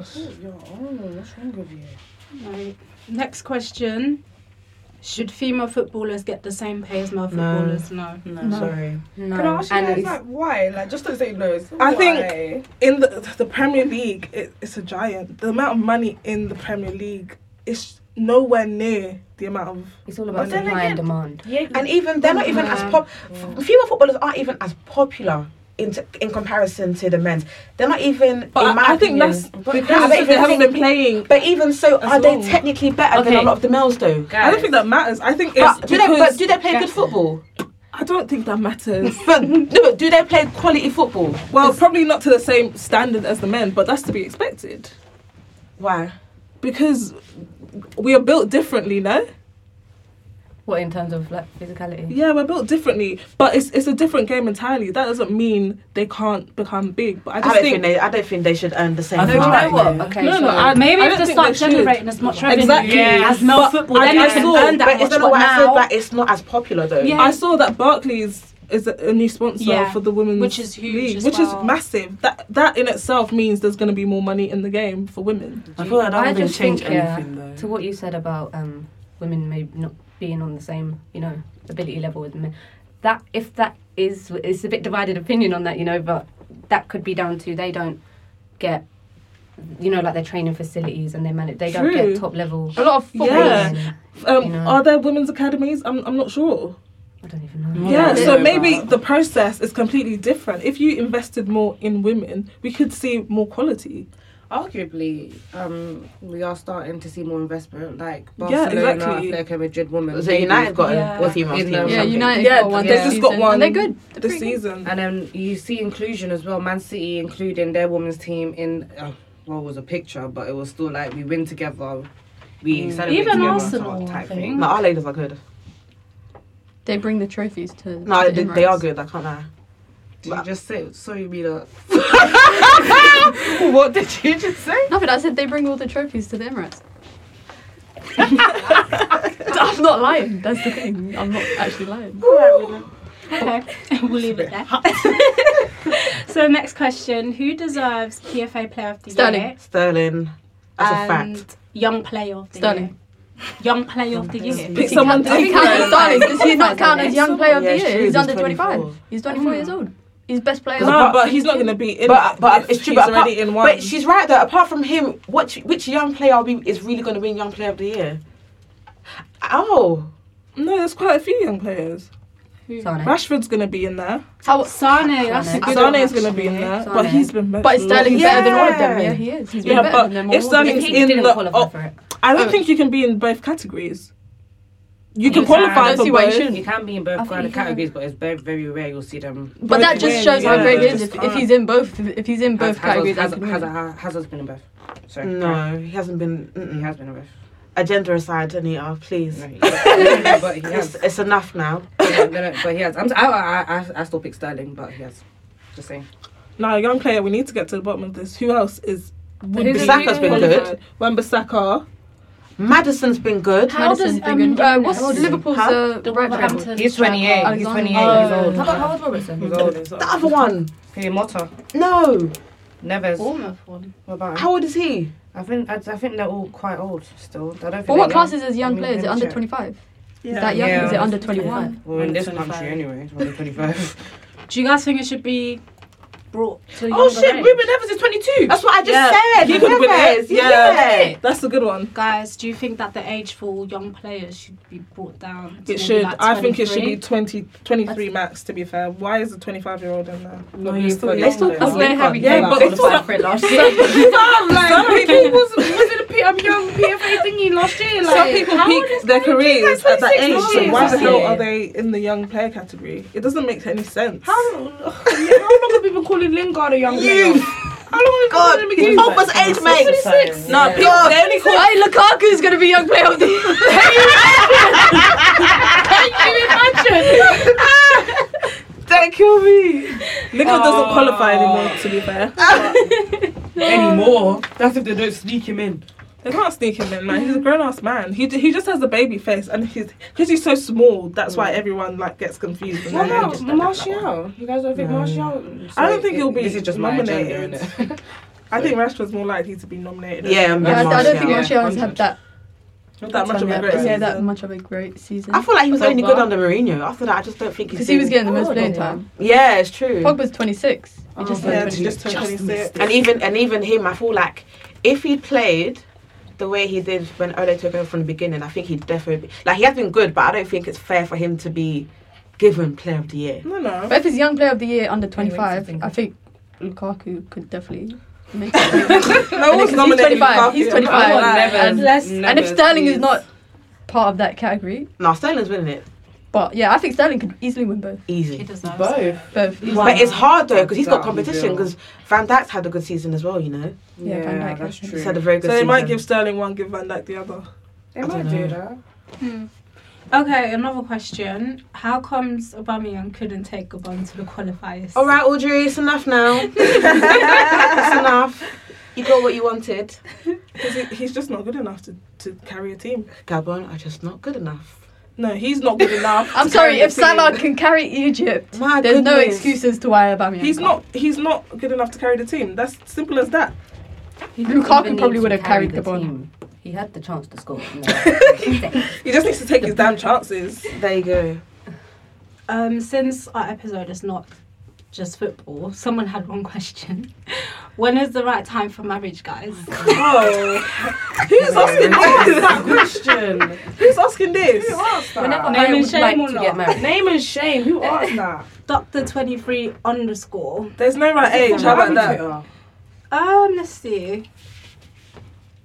What's wrong with you? Right. Next question. Should female footballers get the same pay as male footballers? No. No. Sorry. No. Can I ask you And guys it's- like why? Like just to say no. it's Um, I why? think in the the Premier League, it, it's a giant. The amount of money in the Premier League is nowhere near the amount of. It's all about supply and demand. Yeah, and even they're not even as pop. f- Female footballers aren't even as popular in t- in comparison to the men's. They're not even. But in my I- I think opinion- that's I don't because even they haven't think- been playing But even so, are they technically better than a Okay. lot of the males though? I don't think that matters. I think it's But do they- but because- do they play good football? I don't think that matters. but, no, but do they play quality football? Well, probably not to the same standard as the men, but that's to be expected. Why? Because we are built differently, no? What in terms of like physicality? Yeah, we're built differently, but it's it's a different game entirely. That doesn't mean they can't become big. But I I, just don't think, think they. I don't think they should earn the same. I think amount. they would. Okay, No, so- no. I, Maybe I if don't they think start should. generating as much revenue as male But football, I, then I they can saw, earn that but much, it's not but why I now- feel like it's not as popular though. I saw that Barclays is a, a new sponsor Yeah. for the women's Which is huge league, as which well. is massive. That that in itself means there's going to be more money in the game for women. just think, yeah, To what you said about um, women maybe not being on the same, you know, ability level as men. That if that is, it's a bit divided opinion on that, you know, but that could be down to they don't get, you know, like their training facilities and their man. They don't True. get top level. A lot of training. footballers. Um, Are there women's academies? I'm, I'm not sure. I don't even know. Yeah, Yeah, I so don't know maybe about- the process is completely different. If you invested more in women, we could see more quality. Arguably, um, we are starting to see more investment, like Yeah, Barcelona, exactly. Atletico Madrid women. So United got a- Yeah. a female um, team or Yeah, something? United got one this just got season, one and they're good. this season. And then you see inclusion as well. Man City including their women's team in uh, well, it was a picture, but it was still like we win together, Mm. we celebrate Even together Arsenal, type I thing. think. No, our ladies are good. They bring the trophies to. No, to they, the they are Emirates. good. I can't lie. Did you just say sorry, Mila? what did you just say? No, but I said they bring all the trophies to the Emirates. I'm not lying. That's the thing. I'm not actually lying. Okay, we'll leave it there. so next question: Who deserves PFA Player of the Year? Sterling. That's a and fact. Young Player of the Sterling. Year. Young Player of the Year. Pick someone Does he count as Sterling? Does he not count as young player of the Yeah, it's year? true, He's he's under 24. 25. He's 24 years old. He's best player. No, of the but year. he's not going to be in But, it but if it's true. he's But, apart, already in one. but she's right though. Apart from him, which which young player will be, is really going to win Young Player of the Year? Oh, no, there's quite a few young players. Sane. Rashford's going to be in there. Oh, Sane, that's a good Sane is one, going to be in there, actually. but Sane. he's been better. But is Sterling better than all of them? Yeah, he is. He's been yeah, better but than them if all. Sterling's If he in didn't the, qualify oh, for it. I don't think you can be in both categories. You can Yeah, qualify I for don't see why both. You can be in I both think kind you of can. categories, but it's very, very rare you'll see them. But that both just win. shows how Yeah, great he they is. just If, if can't. he's in both, if he's in both Hazard- categories, Hazard- he can win. Hazard- Hazard's been in both. Sorry. No, he hasn't been. Mm-mm. He has been a ref. Agenda aside, Anita, please. but he it's, has. it's enough now. No, no, no, but he has. I'm, I, I, I, I still pick Sterling, but he has. Just saying. Now, young player, we need to get to the bottom of this. Who else is? would Who's be Saka's been qualified? good. Wen Bissaka. Madison's been good. How Madison's does, been um, good. uh, what's How old is he? Liverpool's, Huh? uh, The right Wolverhampton tackle? He's 28. He's Alexander. 28 years Oh. old. How about Howard Robertson? He's old. He's old. The other one. Hey, Mota. No. Neves. Bournemouth one. What about him? How old is he? I think I, I think they're all quite old still. I don't think. But what they- classes is young let me- players? Is let me it under check. 25? Is that young? Yeah. Is it under 21? Well, in this 25. country anyway, it's under 25. Do you guys think it should be brought to? Oh, shit, Ruben Evans is 22. That's what I just said. He could've been Neves, it. Yeah. yeah. That's the good one. Guys, do you think that the age for young players should be brought down? to It maybe should. like I think it should be 23? 20, 23 max. To be fair, why is a twenty-five-year-old in there? No, you're still young, though. That's where Harry yeah, Kane but got it's qualified not- for it last Some- year. some, like, Some people people- was, was it a P- um, young PFA thingy last year? Like, Some people how peak old is their Harry Kane? careers He's like at that 26 age, last year. so why why the the hell hell- are they in the young player category? It doesn't make any sense. How, how long have we been calling Lingard a young player? How long God, have we been his calling him a Pogba's age, mate. No, No, God. they only call. Hey, Lukaku's gonna be young player of the Can you imagine? Don't kill me. Lingard doesn't qualify anymore, to be fair. anymore. That's if they don't sneak him in. They can't sneak him in, man. He's a grown ass man. He, he just has a baby face, and he's because he's so small. That's why everyone like gets confused. and What then they about just- Martial? You guys don't think Martial? I don't think he'll be This is just nominated. My agenda, innit? I think Rashford's more likely to be nominated. Yeah, I'm Yeah, I, I don't think Martial. Martial has had that. Not that much of a great Yeah, season. that much of a great season. I feel like he was only good under Mourinho. After that, I just don't think he's. because he was been- Oh, getting the most playing time. Yeah, it's true. Pogba's 26. He just turned Yeah, 26. just turned 26. And even and even him, I feel like if he played the way he did when Ole took over from the beginning, I think he'd definitely be, like he has been good, but I don't think it's fair for him to be given Player of the Year. No, no. But if he's young player of the year under 25, I think Lukaku could definitely make it. No one's Because he's nominating 25. Lukaku. He's No 25. one, never, and, Let's- and if never, Sterling is please. not part of that category, No, Sterling's winning it. but yeah, I think Sterling could easily win both. Easy. He deserves Both. Both. But it's hard though because he's got Doubt competition. will. Because Van Dijk's had a good season as well, you know. Yeah, Van Yeah, Dijk that's has. true. He's had a very So good they season. might give Sterling one, give Van Dijk the other. They might do that. Hmm. Okay, another question. How comes Aubameyang couldn't take Gabon to the qualifiers? All right, Audrey, it's enough now. it's enough. You got what you wanted. he's just not good enough to, to carry a team. Gabon are just not good enough. No, he's not good enough. I'm to sorry, carry a if Salah team. can carry Egypt, My there's no goodness. excuses to why Aubameyang. He's can't. not. He's not good enough to carry the team. That's simple as that. Lukaku probably would have carried Gabon. He had the chance to score. He just needs to take his damn chances. There you go. Um, since our episode is not just football, someone had one question. When is the right time for marriage, guys? Oh, who's asking this? that question. Who's asking this? Who asked that? Whenever Name I and would shame like or to not? get married. Name and shame. Who asked that? Doctor twenty three underscore. There's no right Is it age. from How about Twitter? that? Um, let's see.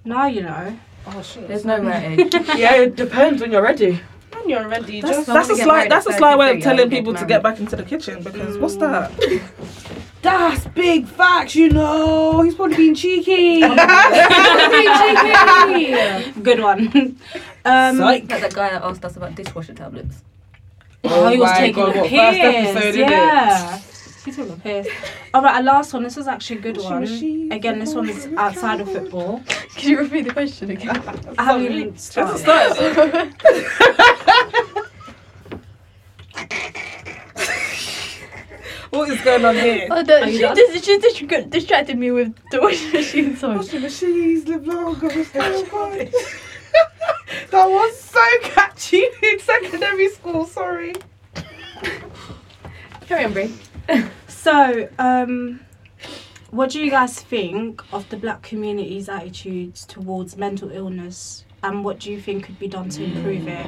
Now you know. Oh shit. There's no right age. yeah, it depends when you're ready. When you're ready, That's, just that's a sly. That's a sly way of telling people to get back into the kitchen because what's that? That's big facts, you know. He's probably being cheeky. Good one. Um, like that guy that asked us about dishwasher tablets. Oh, he was my taking God, a what, piss. first episode, innit? yeah. He took a piss. All right, our last one. This is actually a good one. Again, this one is outside of football. Can you repeat the question again? I haven't even That's started. a What is going on here? Oh, Are no, you she, done? dis- she dis- distracted me with the washing machine song. Washing machines live longer. That was so catchy in secondary school. Sorry. Carry on, Brie. so, um, what do you guys think of the black community's attitudes towards mental illness, and what do you think could be done to improve it?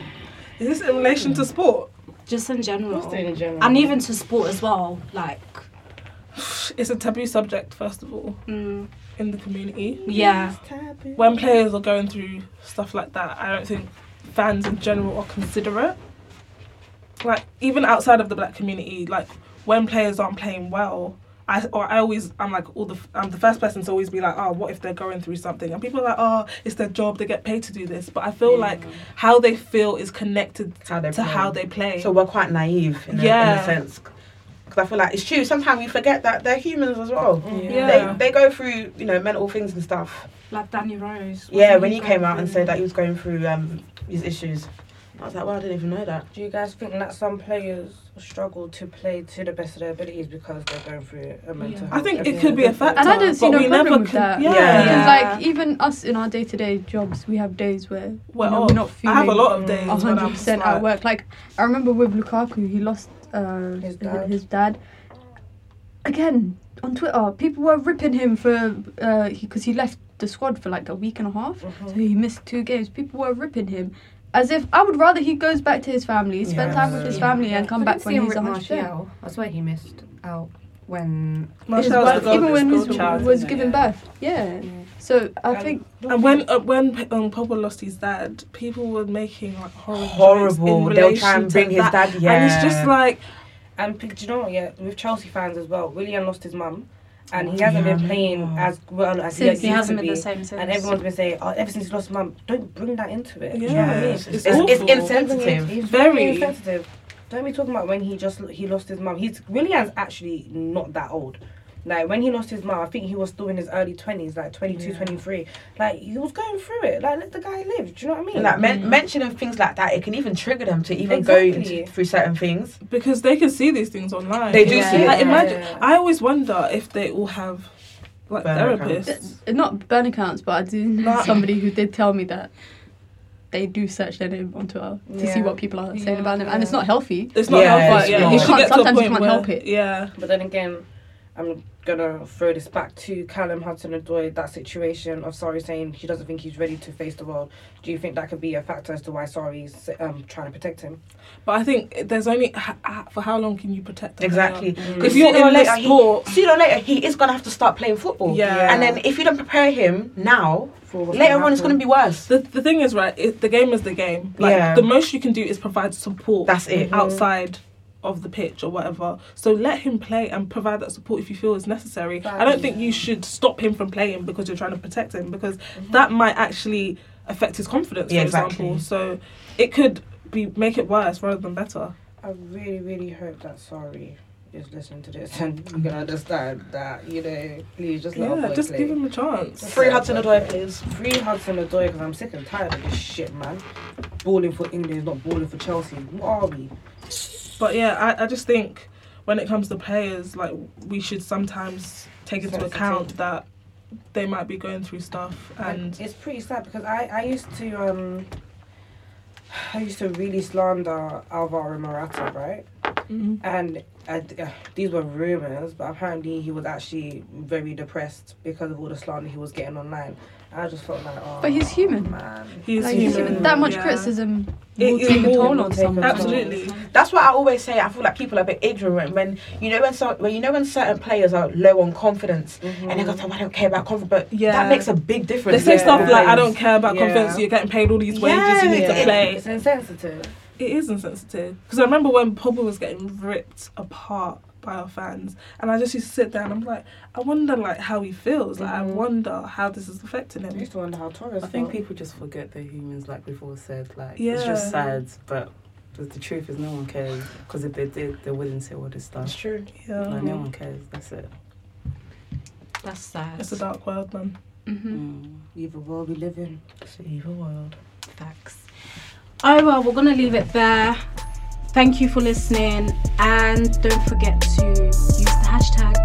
Is this in relation to sport? Just in general. Just in general. And even to sport as well. Like, It's a taboo subject, first of all, in the community. Yeah. When players are going through stuff like that, I don't think fans in general are considerate. Like, even outside of the black community, like, when players aren't playing well, I or I always I'm like all the f- I'm the first person to always be like, oh, what if they're going through something? And people are like, oh, it's their job, they get paid to do this. But I feel like how they feel is connected to how they play. So we're quite naive in, yeah. a, in a Yeah. sense. Because I feel like it's true. Sometimes we forget that they're humans as well. Yeah. They, they go through, you know, mental things and stuff. Like Danny Rose. Yeah, wasn't when he came going out and through- said that he was going through um, these issues, I was like, well, I didn't even know that. Do you guys think that some players struggle to play to the best of their abilities because they're going through a mental health? I think it issue? could be a factor. And I don't see but no we problem never with can- that. Yeah. Because, like even us in our day to day jobs, we have days where We're you know, off. we're not I feeling have a lot of days when I'm hundred percent just at like- work. Like I remember with Lukaku, he lost uh, his, dad. his dad. Again on Twitter, people were ripping him for because he, 'cause he left the squad for like a week and a half, so he missed two games. People were ripping him. As if I would rather he goes back to his family, spend time with his family, and come I back didn't when see him he's rip 100 Martial. I swear he missed out when Martial's the goal- Even when goal his- child, was isn't it? given birth. Yeah. So I think. And when uh, when um, Pogba lost his dad, people were making like horrible. jokes in Horrible. They'll relation try and to bring his that. dad. Yeah. And it's just like, and p- do you know what? Yeah, with Chelsea fans as well, William lost his mum. And he hasn't Oh, Yeah. been playing as well as Since he, he used hasn't to been be. the same since. And everyone's been saying, oh, ever since he lost his mum, don't bring that into it. Do Yeah. It's- it's- it's awful. insensitive. It's Very. very insensitive. Don't be talking about when he just he lost his mum. He's William's actually not that old. Like when he lost his mum, I think he was still in his early twenties, like 22, Yeah. 23. Like he was going through it. Like let the guy live. Do you know what I mean? Like men- mentioning things like that, it can even trigger them to even go Exactly. into, through certain things. because they can see these things online. They do Yeah. see it. Like, imagine. Yeah. I always wonder if they all have like Burner therapists. Uh, Not burn accounts, but I do know somebody who did tell me that they do search their name on Twitter to see Yeah. what people are saying about them, and it's not healthy. It's not Yeah, But healthy, it's yeah. not. You It should can't, get to a sometimes you point can't where- help it. Yeah. But then again, I'm gonna throw this back to Callum Hudson-Odoi. That situation of Sari saying she doesn't think he's ready to face the world. Do you think that could be a factor as to why Sari's um, trying to protect him? But I think there's only h- h- for how long can you protect a Exactly. Mm. player? Because If you're sooner or in later, this sport, he, sooner or later, he is gonna have to start playing football. Yeah. And then if you don't prepare him now, what's later gonna on it's happen. gonna be worse. The, the thing is, right, it, the game is the game. Like, Yeah. the most you can do is provide support. Mhm. That's it. Outside of the pitch or whatever. So let him play and provide that support if you feel is necessary. I don't think you should stop him from playing because you're trying to protect him because that might actually affect his confidence, Mm-hmm. Yeah, for exactly. example. So it could be make it worse rather than better. I really, really hope that Sari is listening to this and you can understand that. You know, please just let Yeah, our boy just play. give him a chance. Just Free let our Hudson boy Odoi, play. Free Hudson Odoi because I'm sick and tired of this shit, man. Balling for England, not balling for Chelsea. What are we? But yeah, I, I just think when it comes to players, like we should sometimes take into Sensitive. account that they might be going through stuff and it's pretty sad because I, I used to um I used to really slander Alvaro Morata, right? Mm-hmm. And I, d- uh, these were rumors, but apparently he was actually very depressed because of all the slander he was getting online. I just felt like, oh, But he's human. He is Like, he's human, human. That much yeah. criticism It- will it take a will toll on take a someone. toll. That's what I always say. I feel like people are a bit ignorant when you know when some when you know when certain players are low on confidence and they go, Mm-hmm. "Oh, I don't care about confidence, but Yeah. that makes a big they difference. say stuff like, I Yeah. don't care about Yeah. confidence, you're getting paid all these wages, you need Yeah. to play. It's insensitive. It is insensitive. Because I remember when Pogba was getting ripped apart by our fans and I just used to sit there and I'm like, I wonder like how he feels. Like Mm-hmm. I wonder how this is affecting him. I used to wonder how Torres I think people just forget they're humans, like we've all said. Like it's Yeah. just sad, but the, the truth is no one cares because if they did, they wouldn't say all this stuff. It's true. Yeah. Like, no one cares. That's it. That's sad. It's a dark world, man. Evil world we live in. It's an evil world. Facts. Oh well, we're gonna leave it there. Thank you for listening, and don't forget to use the hashtag.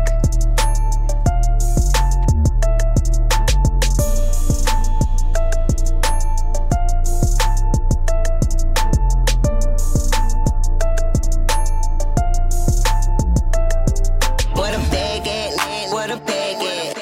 What a bag at, what a bag at.